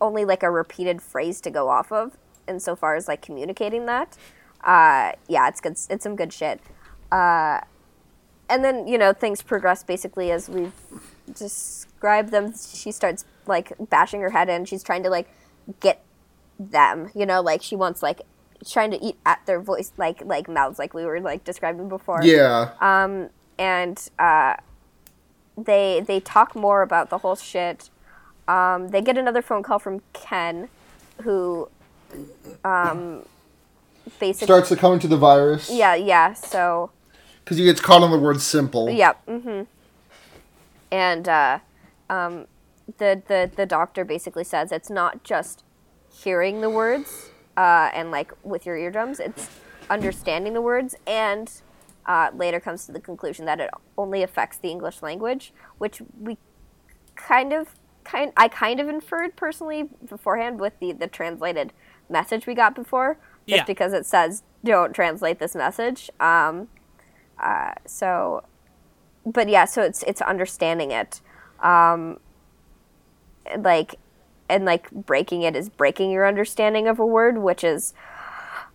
A: only like a repeated phrase to go off of insofar as like communicating that. Uh, yeah, it's good. It's some good shit. Uh, and then you know things progress basically as we've described them. She starts like bashing her head in. She's trying to like get them. You know, like she wants like trying to eat at their voice like like mouths like we were like describing before
B: Yeah.
A: Uh, Um, and uh, they they talk more about the whole shit. Um, they get another phone call from Ken, who um, basically
B: Starts to come into the virus.
A: yeah yeah so
B: Because he gets caught on the word simple.
A: yeah mm-hmm. and uh, um, the the the doctor basically says it's not just hearing the words uh, and like with your eardrums it's understanding the words and uh, later comes to the conclusion that it only affects the english language which we kind of kind I kind of inferred personally beforehand with the the translated message we got before, just
C: Yeah.
A: because it says don't translate this message. Um, uh, so, but yeah, so it's it's understanding it, um, and, like, and like breaking it is breaking your understanding of a word, which is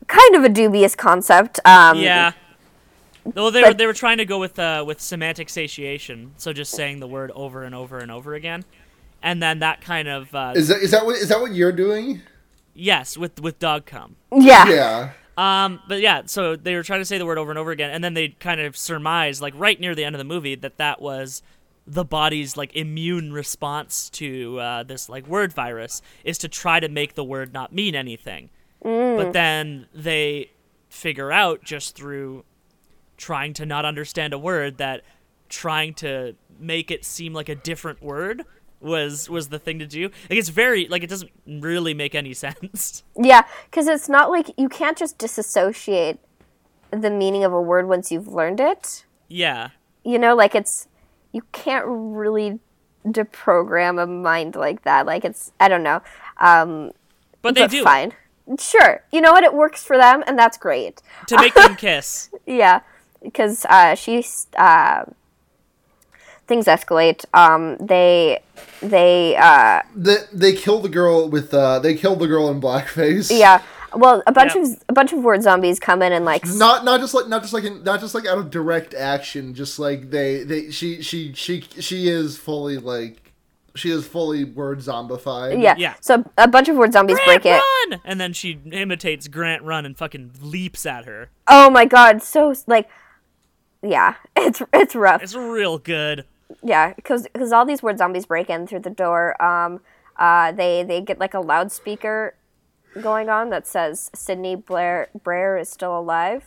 A: kind of a dubious concept. Um,
C: Yeah. Well, they were they were trying to go with uh, with semantic satiation, so just saying the word over and over and over again, and then that kind of uh,
B: Is that is that what is that what you're doing?
C: yes with with dog cum.
A: yeah,
B: Yeah.
C: Um, but yeah, so they were trying to say the word over and over again, and then they kind of surmised, like right near the end of the movie, that that was the body's like immune response to uh, this like word virus is to try to make the word not mean anything.
A: Mm.
C: But then they figure out just through trying to not understand a word that trying to make it seem like a different word was was the thing to do. Like it's very like it doesn't really make any (laughs) sense.
A: Yeah, because it's not like you can't just disassociate the meaning of a word once you've learned it.
C: yeah.
A: You know, like it's you can't really deprogram a mind like that. Like it's I don't know. Um,
C: But they
A: but
C: do. it.
A: fine. Sure, you know what? It works for them, and that's great.
C: to make them (laughs) kiss.
A: Yeah, because uh, she's uh, things escalate. Um, they they uh,
B: The, they kill the girl with uh they kill the girl in blackface.
A: yeah. Well, a bunch
C: Yeah.
A: of a bunch of word zombies come in and like
B: Not not just like not just like in, not just like out of direct action, just like they they she she she she is fully like she is fully word zombified.
A: Yeah.
C: Yeah.
A: So a bunch of word zombies
C: Grant,
A: break it.
C: run! And then she imitates Grant run and fucking leaps at her.
A: Oh my god, so like yeah, (laughs) it's it's rough.
C: It's real good.
A: yeah, cuz cuz all these word zombies break in through the door. Um uh they they get like a loudspeaker going on that says Sydney Blair Brayer is still alive.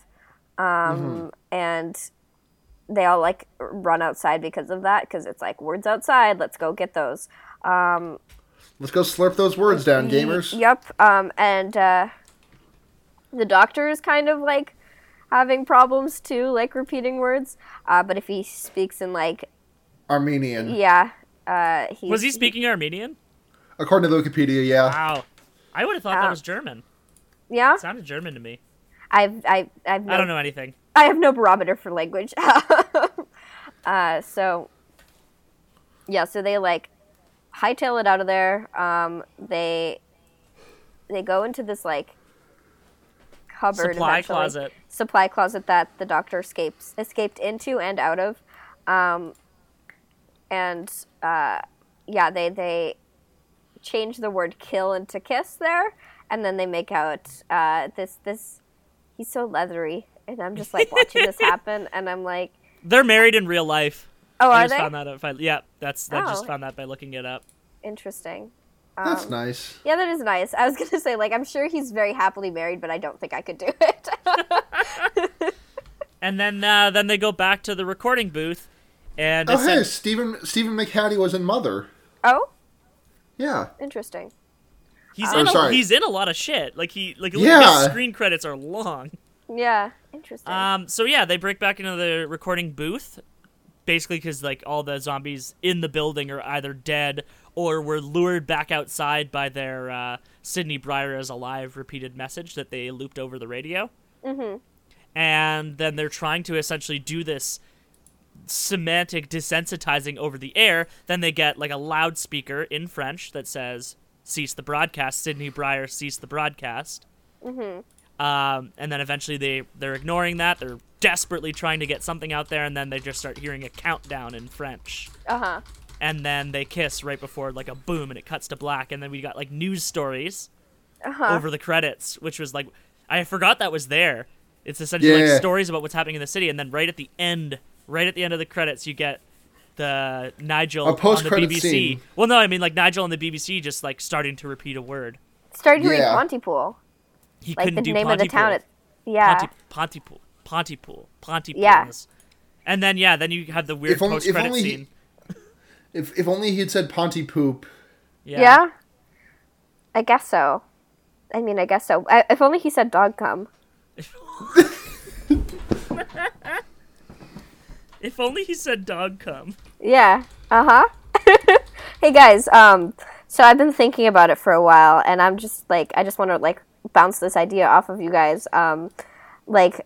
C: Mm-hmm.
A: Um and they all like run outside because of that cuz it's like words outside, let's go get those.
B: Let's go slurp those words down, gamers.
A: Yep. Um, and uh, the doctor is kind of like having problems too, like repeating words. Uh, but if he speaks in like,
B: Armenian.
A: yeah, uh, he
C: Was he speaking Armenian?
B: According to Wikipedia, yeah.
C: Wow. I would have thought
A: Yeah.
C: that was German.
A: Yeah,
C: It sounded German to me.
A: I've, I, I've, no,
C: I don't know anything.
A: I have no barometer for language. (laughs) uh, so, yeah, so they like hightail it out of there. Um, they they go into this like cupboard
C: Supply
A: eventually.
C: closet.
A: supply closet that the doctor escapes escaped into and out of. Um, and uh, yeah, they they change the word kill into kiss there, and then they make out uh, this this. He's so leathery, and I'm just like watching (laughs) this happen, and I'm like,
C: They're married in real life.
A: oh,
C: I
A: are
C: just
A: they
C: found that out. By, yeah, that's I
A: Oh.
C: just found that by looking it up.
A: interesting? Um,
B: That's nice.
A: Yeah, that is nice. I was (laughs) gonna say like I'm sure he's very happily married, but I don't think I could do it. (laughs)
C: And then uh, then they go back to the recording booth, and
B: Oh
C: it's
B: hey, Stephen Stephen McHattie was in Mother.
A: oh,
B: Yeah.
A: interesting.
C: he's
B: Oh,
C: in a,
B: sorry.
C: he's in a lot of shit. Like he like look,
B: Yeah.
C: his screen credits are long.
A: Yeah, interesting.
C: Um, so yeah, they break back into the recording booth, basically because like all the zombies in the building are either dead or were lured back outside by their uh, Sydney Breyer is alive repeated message that they looped over the radio. Mm-hmm. And then they're trying to essentially do this semantic desensitizing over the air. Then they get like a loudspeaker in French that says "Cease the broadcast." Sydney Breyer, cease the broadcast. Um, and then eventually they they're ignoring that. They're desperately trying to get something out there, and then they just start hearing a countdown in French.
A: uh huh.
C: And then they kiss right before like a boom, and it cuts to black. And then we got like news stories
A: Uh-huh.
C: over the credits, which was like I forgot that was there. It's essentially
B: Yeah.
C: like stories about what's happening in the city, and then right at the end, right at the end of the credits, you get the Nigel
B: A
C: on the
B: post-credit
C: BBC.
B: scene.
C: Well, no, I mean like Nigel on the BBC just like starting to repeat a word.
A: Started to
B: Yeah.
A: read Pontypool,
C: He
A: like the
C: couldn't do
A: name of the town.
C: Pontypool.
A: It, yeah.
C: Ponty, Pontypool, Pontypool, Pontypool.
A: Yeah.
C: is- And then yeah, then you have the weird
B: If only- if
C: post credit
B: only he-
C: scene.
B: If if only he'd said Pontypoop.
A: yeah. I guess so. I mean, I guess so. I, if only he said dog cum.
C: (laughs) If only he said dog come.
A: Yeah. Uh huh. Uh-huh. (laughs) Hey guys, um, so I've been thinking about it for a while, and I'm just like, I just want to like bounce this idea off of you guys. Um, like,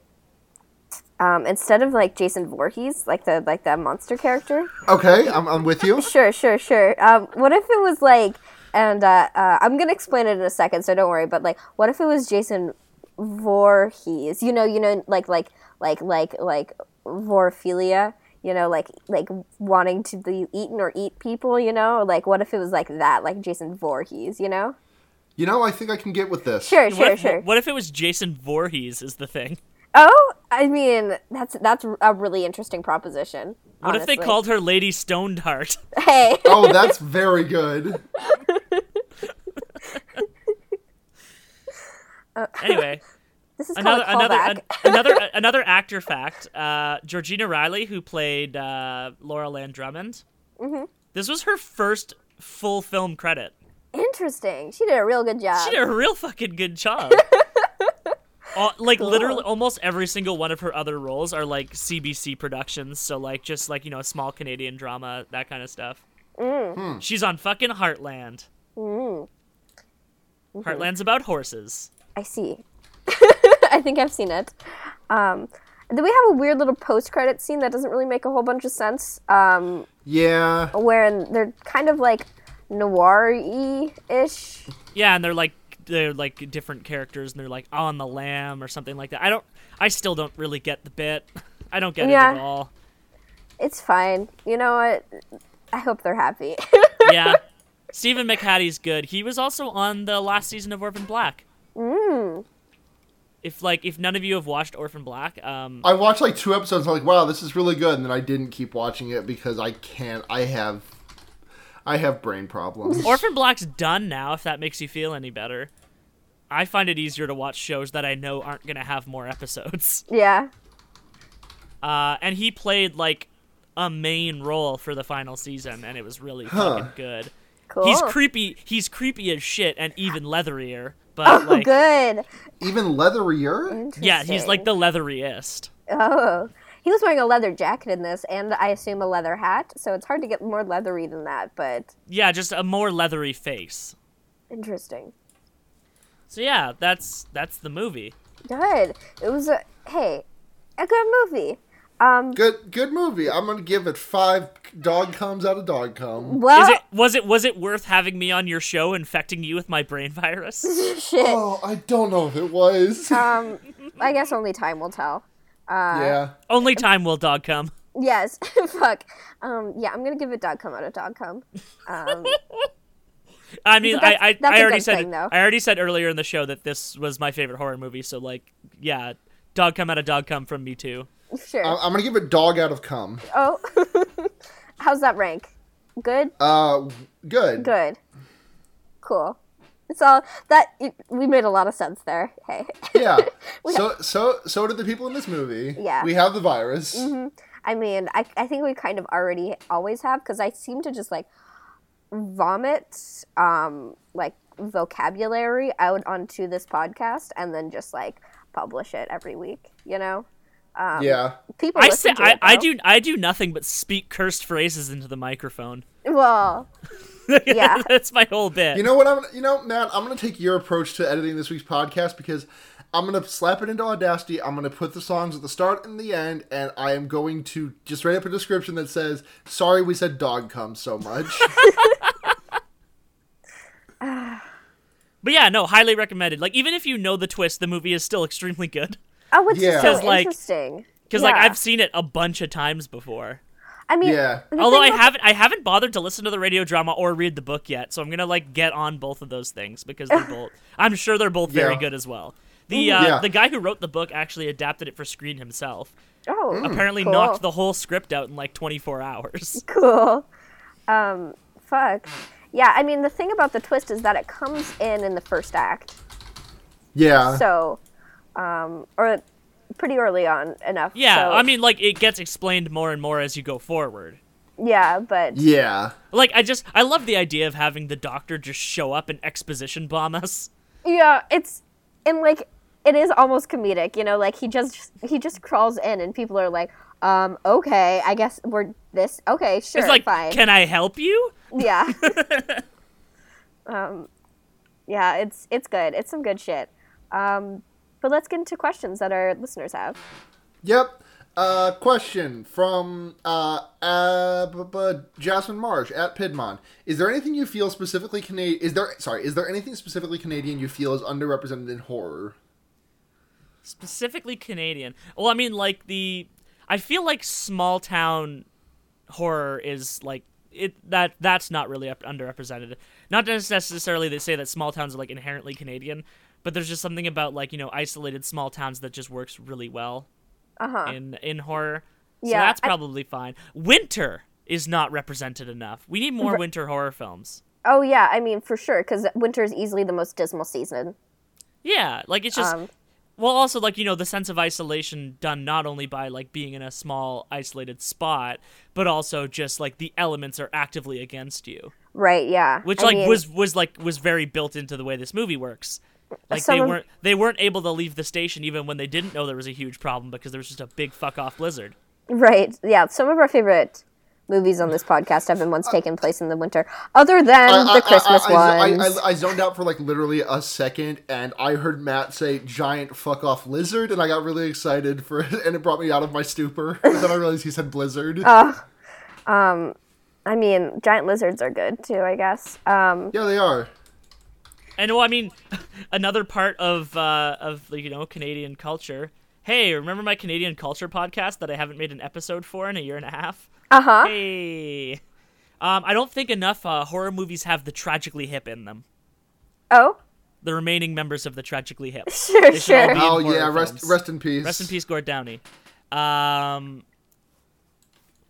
A: um, instead of like Jason Voorhees, like the like the monster character.
B: Okay, I'm, I'm with you.
A: Sure, sure, sure. Um, what if it was like, and uh, uh, I'm gonna explain it in a second, so don't worry. But like, what if it was Jason Voorhees? You know, you know, like like like like like vorophilia. You know, like like wanting to be eaten or eat people. You know, like what if it was like that, like Jason Voorhees? You know.
B: You know, I think I can get with this.
A: Sure,
C: what
A: sure,
C: if,
A: sure.
C: What if it was Jason Voorhees is the thing?
A: Oh, I mean, that's that's a really interesting proposition.
C: What if they
A: honestly.
C: called her
A: (laughs)
C: Lady Stoneheart?
A: Hey,
B: Oh, that's very good.
C: Anyway,
A: this is called
C: another
A: a
C: another
A: callback.
C: an- another a- another actor fact. Uh, Georgina Riley, who played uh, Laura Land Drummond,
A: Mm-hmm.
C: this was her first full film credit.
A: Interesting. She did a real good job.
C: She did a real fucking good job. All, like literally, almost every single one of her other roles are like CBC productions, so like just like you know, small Canadian drama, that kind of stuff. She's on fucking Heartland. Heartland's about horses.
A: I see. (laughs) I think I've seen it. Um, and then we have a weird little post-credit scene that doesn't really make a whole bunch of sense. Um,
B: Yeah.
A: wherein they're kind of like noir-y ish.
C: Yeah, and they're like they're like different characters, and they're like on the lamb or something like that. I don't, I still don't really get the bit. I don't get it
A: Yeah.
C: at all.
A: It's fine. You know what? I hope they're happy. (laughs)
C: Yeah, Stephen McHattie's good. He was also on the last season of Orphan Black. If like if none of you have watched Orphan Black, um,
B: I watched like two episodes. I'm like, wow, this is really good, and then I didn't keep watching it because I can't. I have, I have brain problems.
C: Orphan Black's done now. If that makes you feel any better, I find it easier to watch shows that I know aren't gonna have more episodes. (laughs)
A: yeah.
C: Uh, and he played like a main role for the final season, and it was really fucking good.
A: Cool. (laughs)
C: He's creepy. He's creepy as shit, and even leatherier. But like,
A: Oh, Good.
B: Even leatherier.
C: yeah, he's like the leatheriest.
A: Oh. He was wearing a leather jacket in this, and I assume a leather hat, so it's hard to get more leathery than that, but
C: Yeah, just a more leathery face.
A: interesting.
C: So yeah, that's that's the movie.
A: Good. It was a, hey, a good movie. Um,
B: Good, good movie. I'm gonna give it five dog comes out of dog cum.
A: well,
C: Is it was it was it worth having me on your show infecting you with my
A: (laughs)
C: brain virus?
A: shit.
B: Oh, I don't know if it was.
A: Um, I guess only time will tell.
B: yeah.
C: Only time will dog come.
A: Yes. (laughs) Fuck. Um, yeah, I'm gonna give it dog cum out of dog cum. Um,
C: I mean,
A: But that's-
C: I I,
A: that's
C: I
A: a
C: already
A: good
C: said
A: thing, though.
C: I already said earlier in the show that this was my favorite horror movie. So like, yeah, dog come out of dog come from me too.
A: sure.
B: I- I'm gonna give it dog out of cum.
A: oh, (laughs) how's that rank? Good.
B: Uh, good.
A: Good. Cool. It's all that it, we made a lot of sense there. Hey, (laughs)
B: Yeah. so, so, so did the people in this movie.
A: Yeah.
B: We have the virus.
A: I mean, I, I think we kind of already always have because I seem to just like vomit um like vocabulary out onto this podcast and then just like publish it every week. You know,
B: yeah.
A: people.
C: I say
A: listen to
C: I,
A: it,
C: I
A: though.
C: do I do nothing but speak cursed phrases into the microphone. (laughs)
A: Well, Yeah.
C: that's my whole bit.
B: You know what? I'm you know, Matt. I'm gonna take your approach to editing this week's podcast because I'm gonna slap it into Audacity. I'm gonna put the songs at the start and the end, and I am going to just write up a description that says, "Sorry, we said dog cum so much."
C: But yeah, no, highly recommended. Like even if you know the twist, the movie is still extremely good.
A: oh, it's
B: Yeah.
A: just so
C: 'Cause, like-
A: interesting.
C: Because like
A: Yeah.
C: I've seen it a bunch of times before.
A: I mean,
B: yeah.
A: the
C: Although I
A: thing about-
C: haven't I haven't bothered to listen to the radio drama or read the book yet, so I'm gonna like get on both of those things
A: (laughs)
C: because they're both I'm sure they're both very
B: Yeah.
C: good as well. The
A: Mm-hmm.
C: uh,
B: Yeah.
C: the guy who wrote the book actually adapted it for
A: (clears throat)
C: screen himself.
A: oh,
C: Apparently
A: cool.
C: knocked the whole script out in like 24 hours. (laughs)
A: cool. Um, fuck. Yeah, I mean, the thing about the twist is that it comes in in the first act, (laughs)
B: Yeah.
A: so, um, or pretty early on enough.
C: Yeah,
A: so-
C: I mean like it gets explained more and more as you go forward.
A: yeah, but
B: yeah.
C: Like I just I love the idea of having the doctor just show up and exposition bomb us.
A: yeah, it's and like it is almost comedic, you know, like he just he just crawls in and people are like, um, okay, I guess we're this. Okay, sure,
C: It's like,
A: fine.
C: can I help you? (laughs)
A: Yeah. um, yeah, it's it's good. It's some good shit. Um, but let's get into questions that our listeners have.
B: Yep. Uh, question from uh, uh, b- b- Jasmine Marsh at Pidmon. Is there anything you feel specifically Canadian? Is there sorry? Is there anything specifically Canadian you feel is underrepresented in horror?
C: Specifically Canadian. Well, I mean, like the, I feel like small town horror is like it that that's not really up, underrepresented. Not necessarily to say that small towns are like inherently Canadian, but there's just something about like you know isolated small towns that just works really well
A: Uh-huh.
C: in in horror. so
A: Yeah,
C: that's
A: I-
C: probably fine. Winter is not represented enough. We need more winter horror films.
A: Oh yeah, I mean for sure because winter is easily the most dismal season.
C: Yeah, like it's just
A: Um,
C: well, also like you know the sense of isolation done not only by like being in a small isolated spot, but also just like the elements are actively against you,
A: right? Yeah.
C: which
A: I
C: like
A: mean,
C: was was like was very built into the way this movie works. Like
A: Some
C: they
A: of-
C: weren't they weren't able to leave the station even when they didn't know there was a huge problem because there was just a big fuck off blizzard.
A: right. Yeah. Some of our favorite movies on this podcast have been ones taken place in the winter, other than the Christmas
B: Uh, I, I,
A: ones.
B: I, I, I zoned out for like literally a second, and I heard Matt say "giant fuck off lizard," and I got really excited for it, (laughs) and it brought me out of my stupor. (laughs) And then I realized he said blizzard.
A: (laughs) Uh. I mean, giant lizards are good too, I guess. Um,
B: yeah, they are.
C: And well, I mean, another part of uh, of you know Canadian culture. Hey, remember my Canadian culture podcast that I haven't made an episode for in a year and a half?
A: uh huh.
C: Hey, um, I don't think enough uh, horror movies have the tragically hip in them.
A: Oh, (laughs)
C: The remaining members of the tragically hip.
A: sure,
C: They should all
A: sure.
C: be in
B: Oh
C: horror
B: yeah, rest
C: films.
B: rest in peace.
C: Rest in peace, Gord Downey. Um,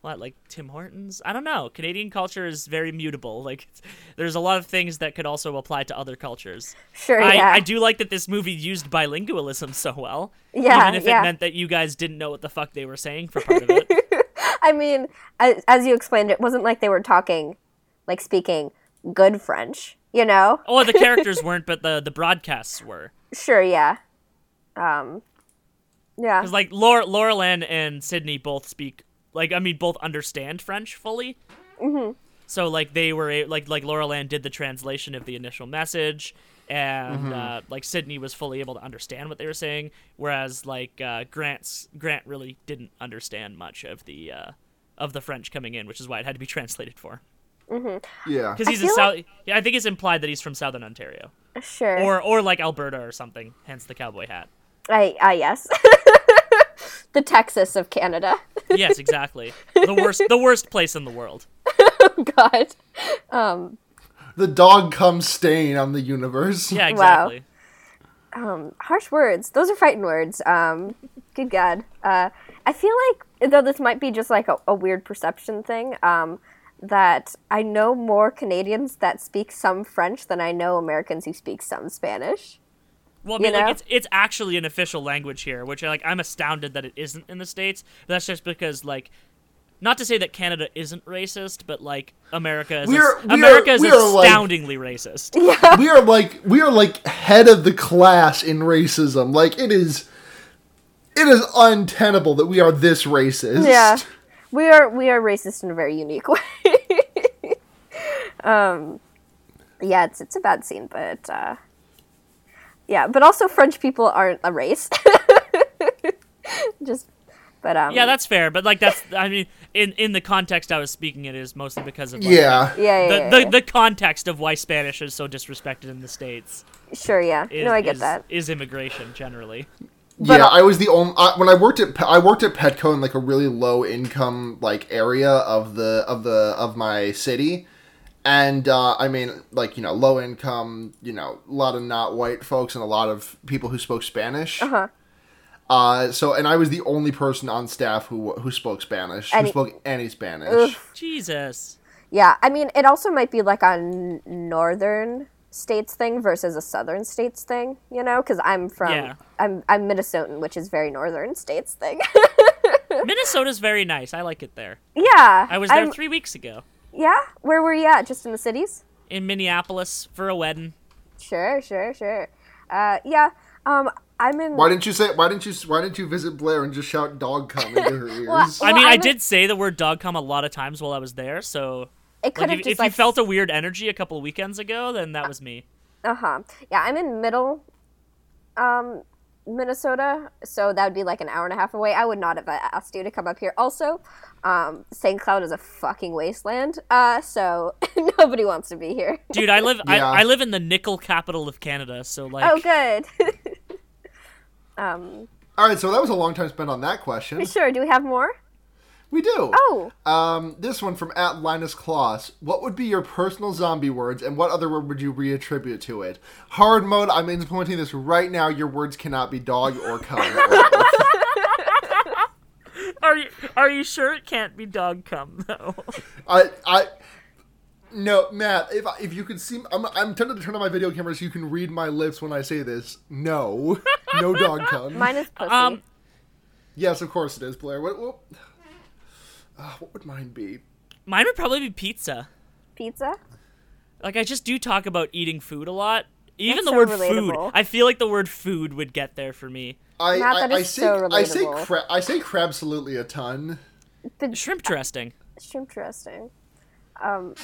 C: what like Tim Hortons? I don't know. Canadian culture is very mutable. Like, there's a lot of things that could also apply to other cultures.
A: Sure, (laughs)
C: I,
A: yeah.
C: I do like that this movie used bilingualism so well.
A: Yeah,
C: even if
A: yeah.
C: it meant that you guys didn't know what the fuck they were saying for part
A: (laughs)
C: of it.
A: I mean, as, as you explained, it wasn't like they were talking, like speaking good French, you know?
C: oh, the characters weren't, but the the broadcasts were.
A: Sure, yeah. Um, yeah.
C: Because like Laura, Laurel Ann and Sydney both speak like I mean both understand French fully. Mm-hmm. So like they were a- like like Laurel Ann did the translation of the initial message, and uh, like Sydney was fully able to understand what they were saying, whereas like uh, Grant's Grant really didn't understand much of the uh, of the French coming in, which is why it had to be translated for.
B: yeah.
C: Because he's a
A: feel
C: South. yeah, I think it's implied that he's from Southern Ontario
A: Sure.
C: or or like Alberta or something. Hence the cowboy hat.
A: I, I, yes. (laughs) the Texas of Canada. (laughs)
C: Yes, exactly. the worst the worst place in the world.
A: God.
B: The dog comes stain on the universe.
C: Yeah,
A: (laughs) Wow.
C: exactly.
A: harsh words. Those are frightened words. Um, good God. Uh, I feel like though this might be just like a, a weird perception thing. Um, that I know more Canadians that speak some French than I know Americans who speak some Spanish.
C: Well, I
A: You
C: mean, like
A: know?
C: it's it's actually an official language here, which like I'm astounded that it isn't in the states. That's just because like, not to say that Canada isn't racist, but like America is
B: We're-
C: ast-
B: we are-
C: America is
B: we are, like-
C: astoundingly racist.
B: (laughs) (laughs) we are like we are like head of the class in racism. Like it is, it is untenable that we are this racist.
A: Yeah, we are we are racist in a very unique (laughs) way. um, yeah, it's it's a bad scene, but uh, yeah, but also French people aren't a race. (laughs) just, but um,
C: Yeah, that's fair, but like that's I mean, in in the context I was speaking, it is mostly because of like,
B: Yeah.
A: yeah, yeah,
C: The,
A: yeah,
C: the,
A: yeah.
C: the context of why Spanish is so disrespected in the states
A: sure, yeah,
C: is,
A: no, I get
C: is,
A: that.
C: is immigration
A: (laughs)
C: generally.
A: But,
B: yeah,
A: uh,
B: I was the only I, when I worked at Pe- I worked at Petco in like a really low income like area of the of the of my city, and uh, I mean like you know low income you know a lot of not white folks and a lot of people who spoke Spanish. Uh-huh. so and I was the only person on staff who who spoke Spanish,
A: Any-
B: who spoke any Spanish.
C: Jesus.
A: Yeah, I mean, it also might be like a n- northern states thing versus a southern states thing, you know? Because I'm from,
C: Yeah.
A: I'm I'm Minnesotan, which is very northern states thing. (laughs)
C: Minnesota's very nice. I like it there.
A: yeah,
C: I was there
A: I'm-
C: three weeks ago
A: yeah, where were you at? Just in the cities?
C: in Minneapolis for a wedding.
A: Sure, sure, sure. Uh, yeah. Um, I'm in.
B: Why didn't you say? Why didn't you? Why didn't you visit Blair and just
A: (laughs)
B: shout dog cum into her ears?
A: Well,
C: I mean,
A: I'm
C: I
A: a-
C: did say the word dog cum a lot of times while I was there, so
A: It could
C: Like
A: have
C: if,
A: just
C: if
A: like
C: you felt a weird energy a couple weekends ago, then that was me.
A: Uh huh. Yeah, I'm in middle, um, Minnesota, so that would be like an hour and a half away. I would not have asked you to come up here. Also, um, St. Cloud is a fucking wasteland. Uh, so (laughs) nobody wants to be
C: (laughs)
A: here.
C: Dude, I live
B: Yeah.
C: I, I live in the nickel capital of Canada, so like
A: oh, good. um,
B: All right, so that was a long time spent on
A: (laughs)
B: that question.
A: (laughs) sure. Do we have more?
B: We do.
A: Oh,
B: Um, this one from at Linus Claus. What would be your personal zombie words, and what other word would you reattribute to it? Hard mode. I'm implementing this right now. Your words cannot be dog or cum.
C: Are you are you sure it can't be dog cum though?
B: (laughs) I, I, no, Matt. If I- if you could see, I'm I'm tempted to turn on my video camera so you can read my lips when I say this. No, no dog
A: (laughs)
B: cum.
A: mine
C: (laughs)
A: is pussy.
C: Um,
B: yes, of course it is, Blair. What what, Ah, what would mine be?
C: (laughs) Mine would probably be pizza.
A: Pizza.
C: Like I just do talk about eating food a lot. Even
A: That's
C: the
A: so
C: word
A: relatable.
C: food, I feel like the word food would get there for me.
B: I
A: Matt,
B: I,
A: that
B: I
A: is
B: say
A: so
B: I say
A: relatable.
B: cra- I say crabsolutely a ton.
C: Shrimp dressing.
A: It's interesting. Um,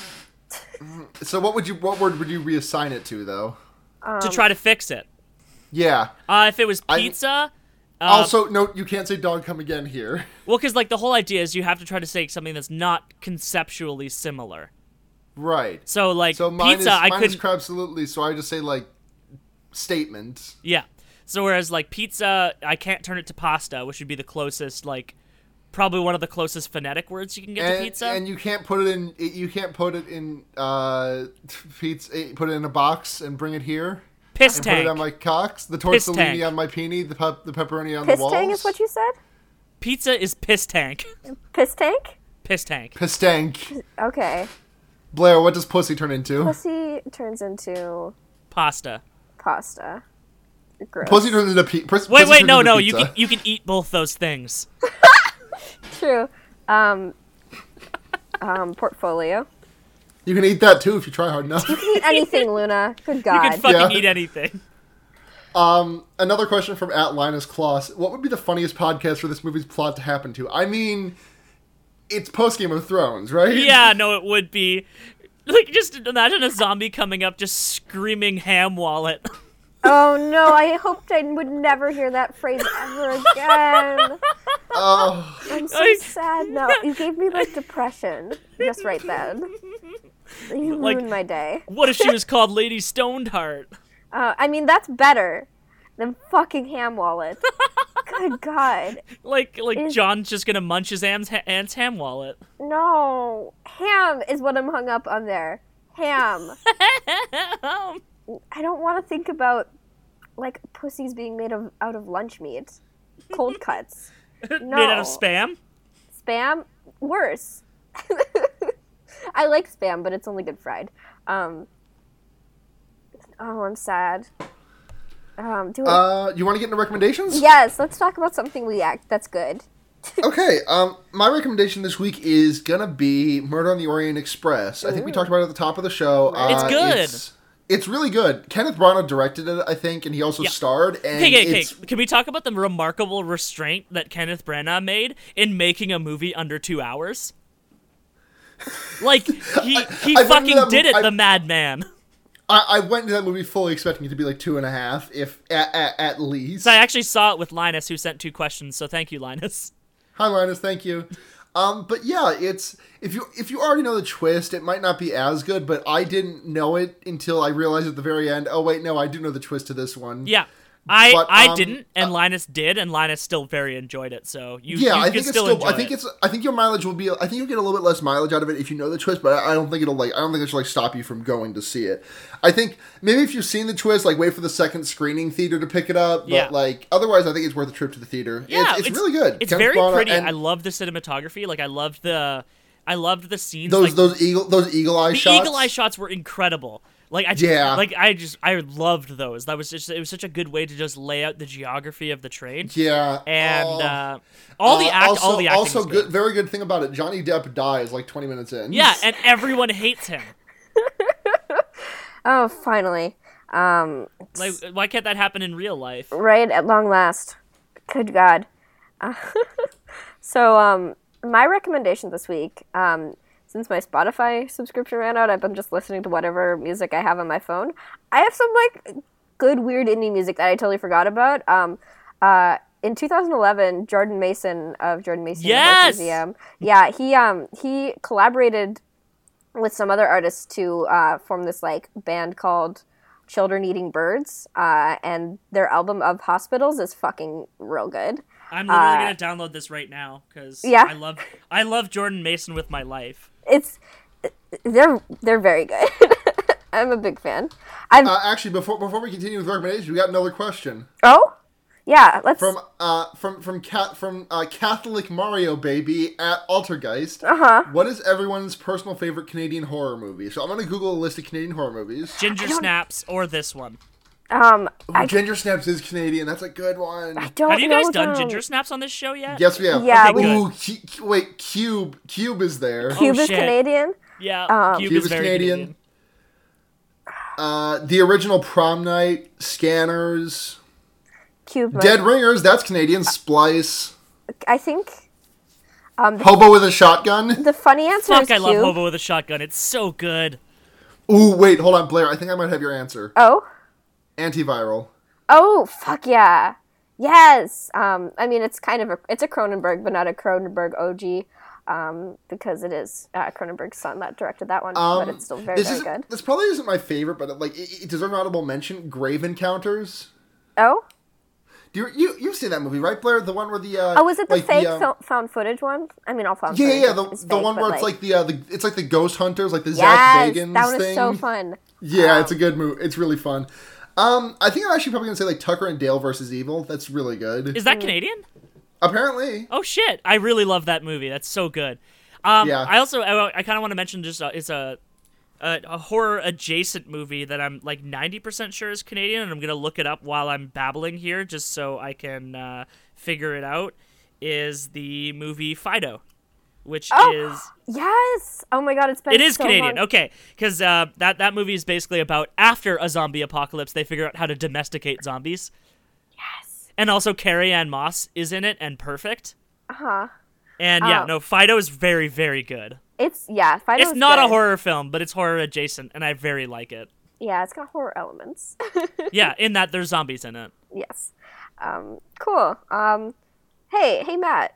B: So what would you what word would you reassign it to though?
A: Um,
C: to try to fix it.
B: Yeah.
C: Uh, if it was
B: I-
C: pizza,
B: also, no, you can't say dog come again here. (laughs)
C: well, because like the whole idea is you have to try to say something that's not conceptually similar.
B: Right.
C: So like
B: So mine
C: pizza,
B: is
C: I
B: mine is
C: couldn't.
B: crabsolutely. So I just say like statement.
C: yeah. So whereas like pizza, I can't turn it to pasta, which would be the closest like. Probably one of the closest phonetic words you can get to
B: and,
C: pizza.
B: and you can't put it in. You can't put it in uh, pizza. eh, Put it in a box and bring it here.
C: Piss
B: And
C: tank.
B: put it on my cocks. The
C: Piss tank.
B: tortellini on my peenie. The pep- the pepperoni on
A: piss
B: the walls.
A: tank is what you said.
C: Pizza is piss tank. (laughs)
A: Piss tank.
C: Piss tank.
B: Piss tank.
A: Okay.
B: Blair, what does pussy turn into? Pussy,
A: Pussy turns into
C: Pasta.
A: pasta. Gross.
B: turns into pe- pus-
C: Wait,
B: pussy
C: wait,
B: turns
C: no,
B: into
C: no. You
B: Pizza.
C: can you can eat both those things.
A: True. Um, um, portfolio.
B: You can eat that too if you try hard
A: (laughs)
B: enough.
A: Eat anything, Luna. Good God.
C: You can fucking
B: Yeah.
C: eat anything. (laughs)
B: Um, Another question from at Linus Kloss. What would be the funniest podcast for this movie's plot to happen to? I mean, it's post Game of Thrones, right?
C: Yeah, no, it would be. Like, just imagine a zombie coming up, just screaming ham wallet.
A: oh no! I hoped I would never hear that phrase ever again.
B: Oh,
A: I'm so
C: Like-
A: sad now. You gave me like depression just right
C: (laughs)
A: then. You
C: Like-
A: ruined my day.
C: What if she was called Lady Stoneheart?
A: Uh, I mean, that's better than fucking ham wallet.
C: (laughs)
A: Good God.
C: Like, like
A: Is-
C: John's just gonna munch his aunt's, ha- aunt's ham wallet.
A: No, ham is what I'm hung up on there.
C: (laughs)
A: Ham. I don't want to think about like pussies being made of out of lunch meat,
C: (laughs)
A: cold cuts,
C: Made out
A: No.
C: of spam.
A: spam. Worse. (laughs) I like spam, but it's only good fried. Um, oh, I'm sad. Um, do it.
B: uh, you want to get into recommendations?
A: yes, let's talk about something we act that's good.
B: Okay. Um, my recommendation this week is gonna be Murder on the Orient Express. I think we talked about it at the top of the show. Uh,
C: It's good.
B: It's, it's really good. Kenneth Branagh directed it, I think, and he also
C: Yeah.
B: starred. And
C: Okay, okay,
B: it's
C: okay. Can we talk about the remarkable restraint that Kenneth Branagh made in making a movie under two hours? Like he
B: (laughs)
C: he
B: I wouldn't
C: fucking
B: have-
C: did it,
B: I-
C: the madman.
B: I, I went into that movie fully expecting it to be like two and a half, if at, at, at least.
C: So I actually saw it with Linus, who sent two questions. So thank you, Linus.
B: Hi, Linus. Thank you. Um, but yeah, it's if you if you already know the twist, it might not be as good. But I didn't know it until I realized at the very end. Oh wait, no, I do know the twist to this one.
C: Yeah. I,
B: But,
C: I
B: um,
C: didn't, and Linus did, and Linus still very enjoyed it. So you,
B: yeah.
C: you
B: I
C: can
B: think it's
C: still
B: still.
C: enjoy
B: I think
C: it.
B: it's. I think your mileage will be. I think you'll get a little bit less mileage out of it if you know the twist. But I, I don't think it'll like. I don't think it should like stop you from going to see it. I think maybe if you've seen the twist, like wait for the second screening theater to pick it up. But
C: Yeah.
B: like otherwise, I think it's worth a trip to the theater.
C: yeah,
B: it's, it's, really good.
C: It's
B: Kenneth
C: very
B: Branagh
C: pretty.
B: and
C: I love the cinematography. Like I loved the, I loved the scenes.
B: those
C: like,
B: those eagle those eagle eye
C: the
B: shots.
C: eagle eye shots were incredible. Like I
B: Yeah.
C: like I just I loved those. That was just it was such a good way to just lay out the geography of the train.
B: Yeah,
C: And
B: oh.
C: uh, all the
B: Uh,
C: act,
B: also,
C: all the acting
B: also
C: was good.
B: Very good thing about it. Johnny Depp dies like twenty minutes in.
C: Yeah, and everyone hates him.
A: Oh, finally. Um,
B: (laughs)
C: Like, why can't that happen in real life?
A: right at long last. Good God. Uh, so, um, my recommendation this week, um, since since my Spotify subscription ran out, I've been just listening to whatever music I have on my phone. I have some like good weird indie music that I totally forgot about. Um, uh, in 2011, Jordan Mason of Jordan Mason
C: Yes!
A: Museum, yeah, he um he collaborated with some other artists to uh, form this like band called Children Eating Birds, uh, and their album of Hospitals is fucking real good.
C: I'm literally
A: Uh,
C: gonna download this right now because
A: Yeah.
C: I love I love Jordan Mason with my life.
A: It's they're they're very good. (laughs) I'm a big fan. I've
B: Uh, actually, before before we continue with recommendations, we got another question
A: oh yeah, let's
B: from uh from from cat from uh, Catholic Mario Baby at Altergeist.
A: uh-huh.
B: What is everyone's personal favorite Canadian horror movie? So I'm gonna Google a list of Canadian horror movies.
C: Ginger
A: don't-
C: Snaps or this one.
A: Um, I,
B: Ooh, Ginger Snaps is Canadian. That's a good one.
A: I don't
C: Have you
A: know
C: guys done
A: them.
C: Ginger Snaps on this show yet?
B: Yes, we have.
A: Yeah,
C: Okay, we-
B: Ooh, Cu- Cu- wait, Cube. Cube is there.
A: Cube
C: Oh,
A: is
C: shit.
A: Canadian.
C: Yeah. Cube
A: Um,
B: Cube
C: is
B: is
C: very
B: Canadian. Uh, the original Prom Night, Scanners,
A: Cube. might-
B: Dead Ringers. That's Canadian. Splice,
A: I think. Um, the,
B: Hobo with a Shotgun.
A: the funny answer is
C: Fuck, I
A: Cube.
C: love Hobo with a Shotgun. It's so good.
B: Ooh, wait, hold on, Blair. I think I might have your answer.
A: Oh,
B: Antiviral.
A: oh, fuck yeah, yes. Um, I mean, it's kind of a it's a Cronenberg, but not a Cronenberg OG, um, because it is uh, Cronenberg's son that directed that one, but
B: Um,
A: it's still very
B: this
A: very
B: isn't-
A: good.
B: This probably isn't my favorite, but like it, it deserves an audible mention. Grave Encounters.
A: Oh,
B: Do you, you you've seen that movie, right, Blair? The one where the uh,
A: oh, was it the
B: like,
A: fake
B: um,
A: fil- found footage one? I mean, all found
B: Yeah,
A: footage.
B: yeah, yeah, the,
A: is
B: the
A: fake,
B: one
A: but,
B: where it's like the, uh, the it's like the ghost hunters, like the
A: yes,
B: Zach Bagans
A: that one
B: thing.
A: is so fun.
B: Yeah, it's a
A: Um,
B: good movie. It's really fun. Um, I think I'm actually probably gonna say like Tucker and Dale versus Evil. That's really good.
C: Is
A: Mm.
C: that Canadian?
B: Apparently,
C: Oh shit! I really love that movie. That's so good. Um,
B: Yeah.
C: I also I, I kind of want to mention just uh, it's a, a a horror adjacent movie that I'm like ninety percent sure is Canadian, and I'm gonna look it up while I'm babbling here just so I can uh, figure it out. Is the movie Fido, which
A: Oh.
C: is
A: Yes. Oh my god, it's been
C: it is
A: so
C: Canadian.
A: long.
C: Okay, because uh, that that movie is basically about after a zombie apocalypse, they figure out how to domesticate zombies. Yes. And also Carrie Ann Moss is in it and perfect.
A: Uh-huh.
C: And yeah,
A: Oh.
C: no, Fido is very very good.
A: It's yeah, Fido
C: It's
A: is
C: not a
A: good.
C: horror film, but it's horror adjacent, and I very like it.
A: Yeah, it's got horror elements. (laughs)
C: yeah, in that there's zombies in it.
A: yes. Um, cool. Um, hey, hey Matt,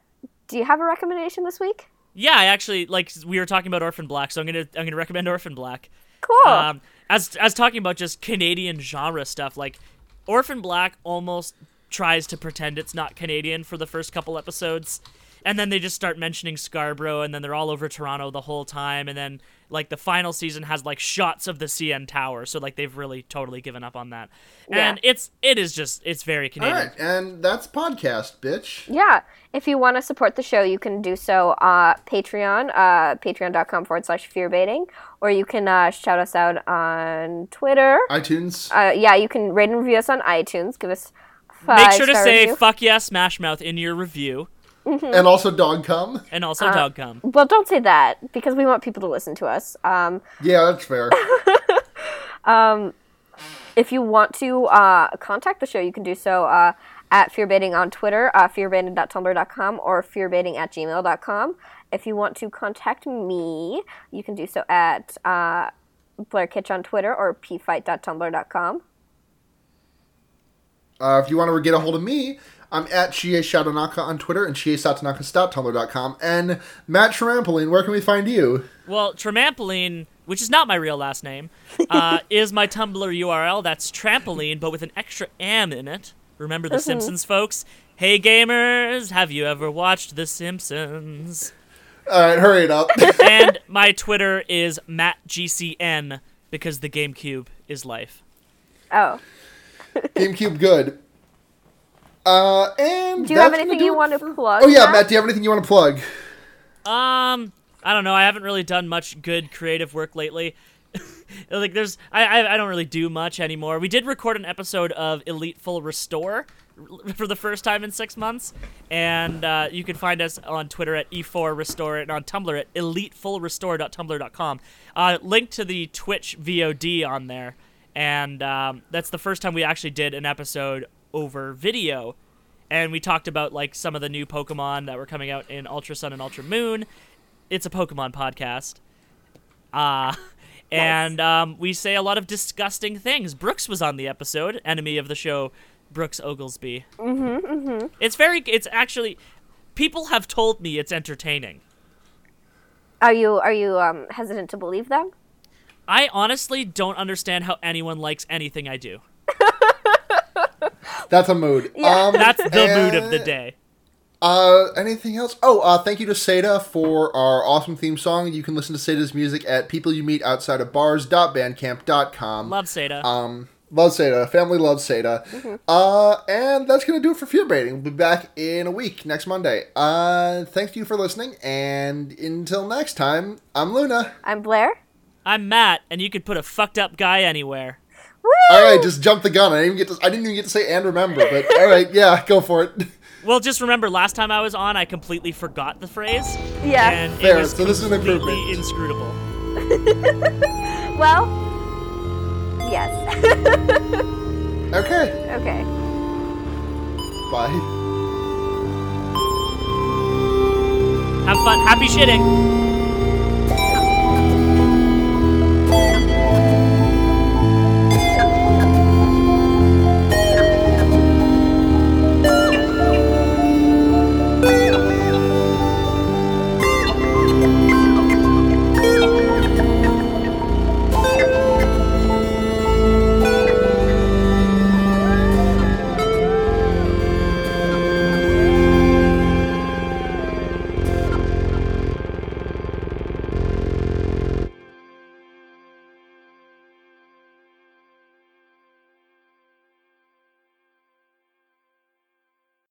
A: do you have a recommendation this week?
C: Yeah, I actually like we were talking about Orphan Black, so I'm gonna I'm gonna recommend Orphan Black.
A: Cool.
C: um, as as talking about just Canadian genre stuff, like Orphan Black almost tries to pretend it's not Canadian for the first couple episodes, and then they just start mentioning Scarborough, and then they're all over Toronto the whole time, and then like the final season has like shots of the CN Tower, so like they've really totally given up on that, and it's it is just it's very
A: Oh,
B: all
C: Canadian.
B: right, and that's podcast, bitch.
A: yeah. If you want to support the show, you can do so uh Patreon, uh patreon.com forward slash fear baiting, or you can uh, shout us out on Twitter.
B: iTunes.
A: Uh, yeah, you can rate and review us on iTunes. Give us five
C: Make sure to
A: star
C: say
A: review.
C: "fuck yeah, Smash Mouth" in your review,
A: hmm.
B: and also Dog Come.
C: and also dog cum.
A: well, don't say that because we want people to listen to us. Um,
B: Yeah, that's
A: (laughs)
B: fair.
A: if you want to uh, contact the show, you can do so uh, at fearbaiting on Twitter, uh, fearbaiting.tumblr.com, or fearbaiting at gmail.com. If you want to contact me, you can do so at uh, Blair Kitch on Twitter or pfight.tumblr.com.
B: Uh, if you want to get a hold of me, I'm at Shie Shadonaka on Twitter and shiesatanaka.tumblr.com. And Matt Trampoline, where can we find you?
C: Well, Trampoline, which is not my real last name, uh, is my Tumblr URL. That's trampoline, but with an extra am in it. Remember The Simpsons, folks? Hey, gamers, have you ever watched The Simpsons?
B: All right, hurry
A: (laughs)
B: it up.
C: and my Twitter is MattGCN because the GameCube is life.
A: Oh,
B: GameCube, good. Uh, and
A: do you have
B: that's gonna
A: anything
B: do
A: you
B: it
A: want to
B: for-
A: plug?
B: Oh yeah, Matt. Do you have anything you want to plug?
C: Um, I don't know. I haven't really done much good creative work lately. (laughs) like, there's I, I I don't really do much anymore. We did record an episode of Elite Full Restore (laughs) for the first time in six months, and uh, you can find us on Twitter at e4 Restore and on Tumblr at elitefullrestore.tumblr.com. Uh, link to the Twitch VOD on there, and um, that's the first time we actually did an episode over video and we talked about like some of the new Pokemon that were coming out in Ultra Sun and Ultra Moon. It's a Pokemon podcast, Uh, (laughs) and um, we say a lot of disgusting things. Brooks was on the episode, enemy of the show, Brooks Oglesby. Mm-hmm, mm-hmm. It's very. It's actually. People have told me it's entertaining.
A: Are you are you um, hesitant to believe them?
C: I honestly don't understand how anyone likes anything I do.
B: That's a mood.
A: Yeah.
B: Um,
C: That's the mood of
B: and-
C: (laughs) the day.
B: Uh, anything else? Oh, uh, thank you to Seda for our awesome theme song. You can listen to Seda's music at peopleyoumeetoutsidofbars.bandcamp.com.
C: Love Seda.
B: Um, love Seda. Family loves Seda. Uh, and that's going to do it for Fear Baiting. We'll be back in a week next Monday. Uh, thanks to you for listening. And until next time, I'm Luna.
A: I'm Blair.
C: I'm Matt, and you could put a fucked up guy anywhere.
A: Woo!
B: All right, just jump the gun. I didn't even get to, I didn't even get to say and remember, but all right, yeah, go for it. (laughs)
C: Well, just remember, last time I was on, I completely forgot the phrase,
A: yeah.
C: and
B: Fair,
C: it was
B: so this is an
C: completely
B: improvement.
C: inscrutable.
A: Well, yes. (laughs)
B: Okay,
A: okay.
B: bye.
C: Have fun. Happy shitting.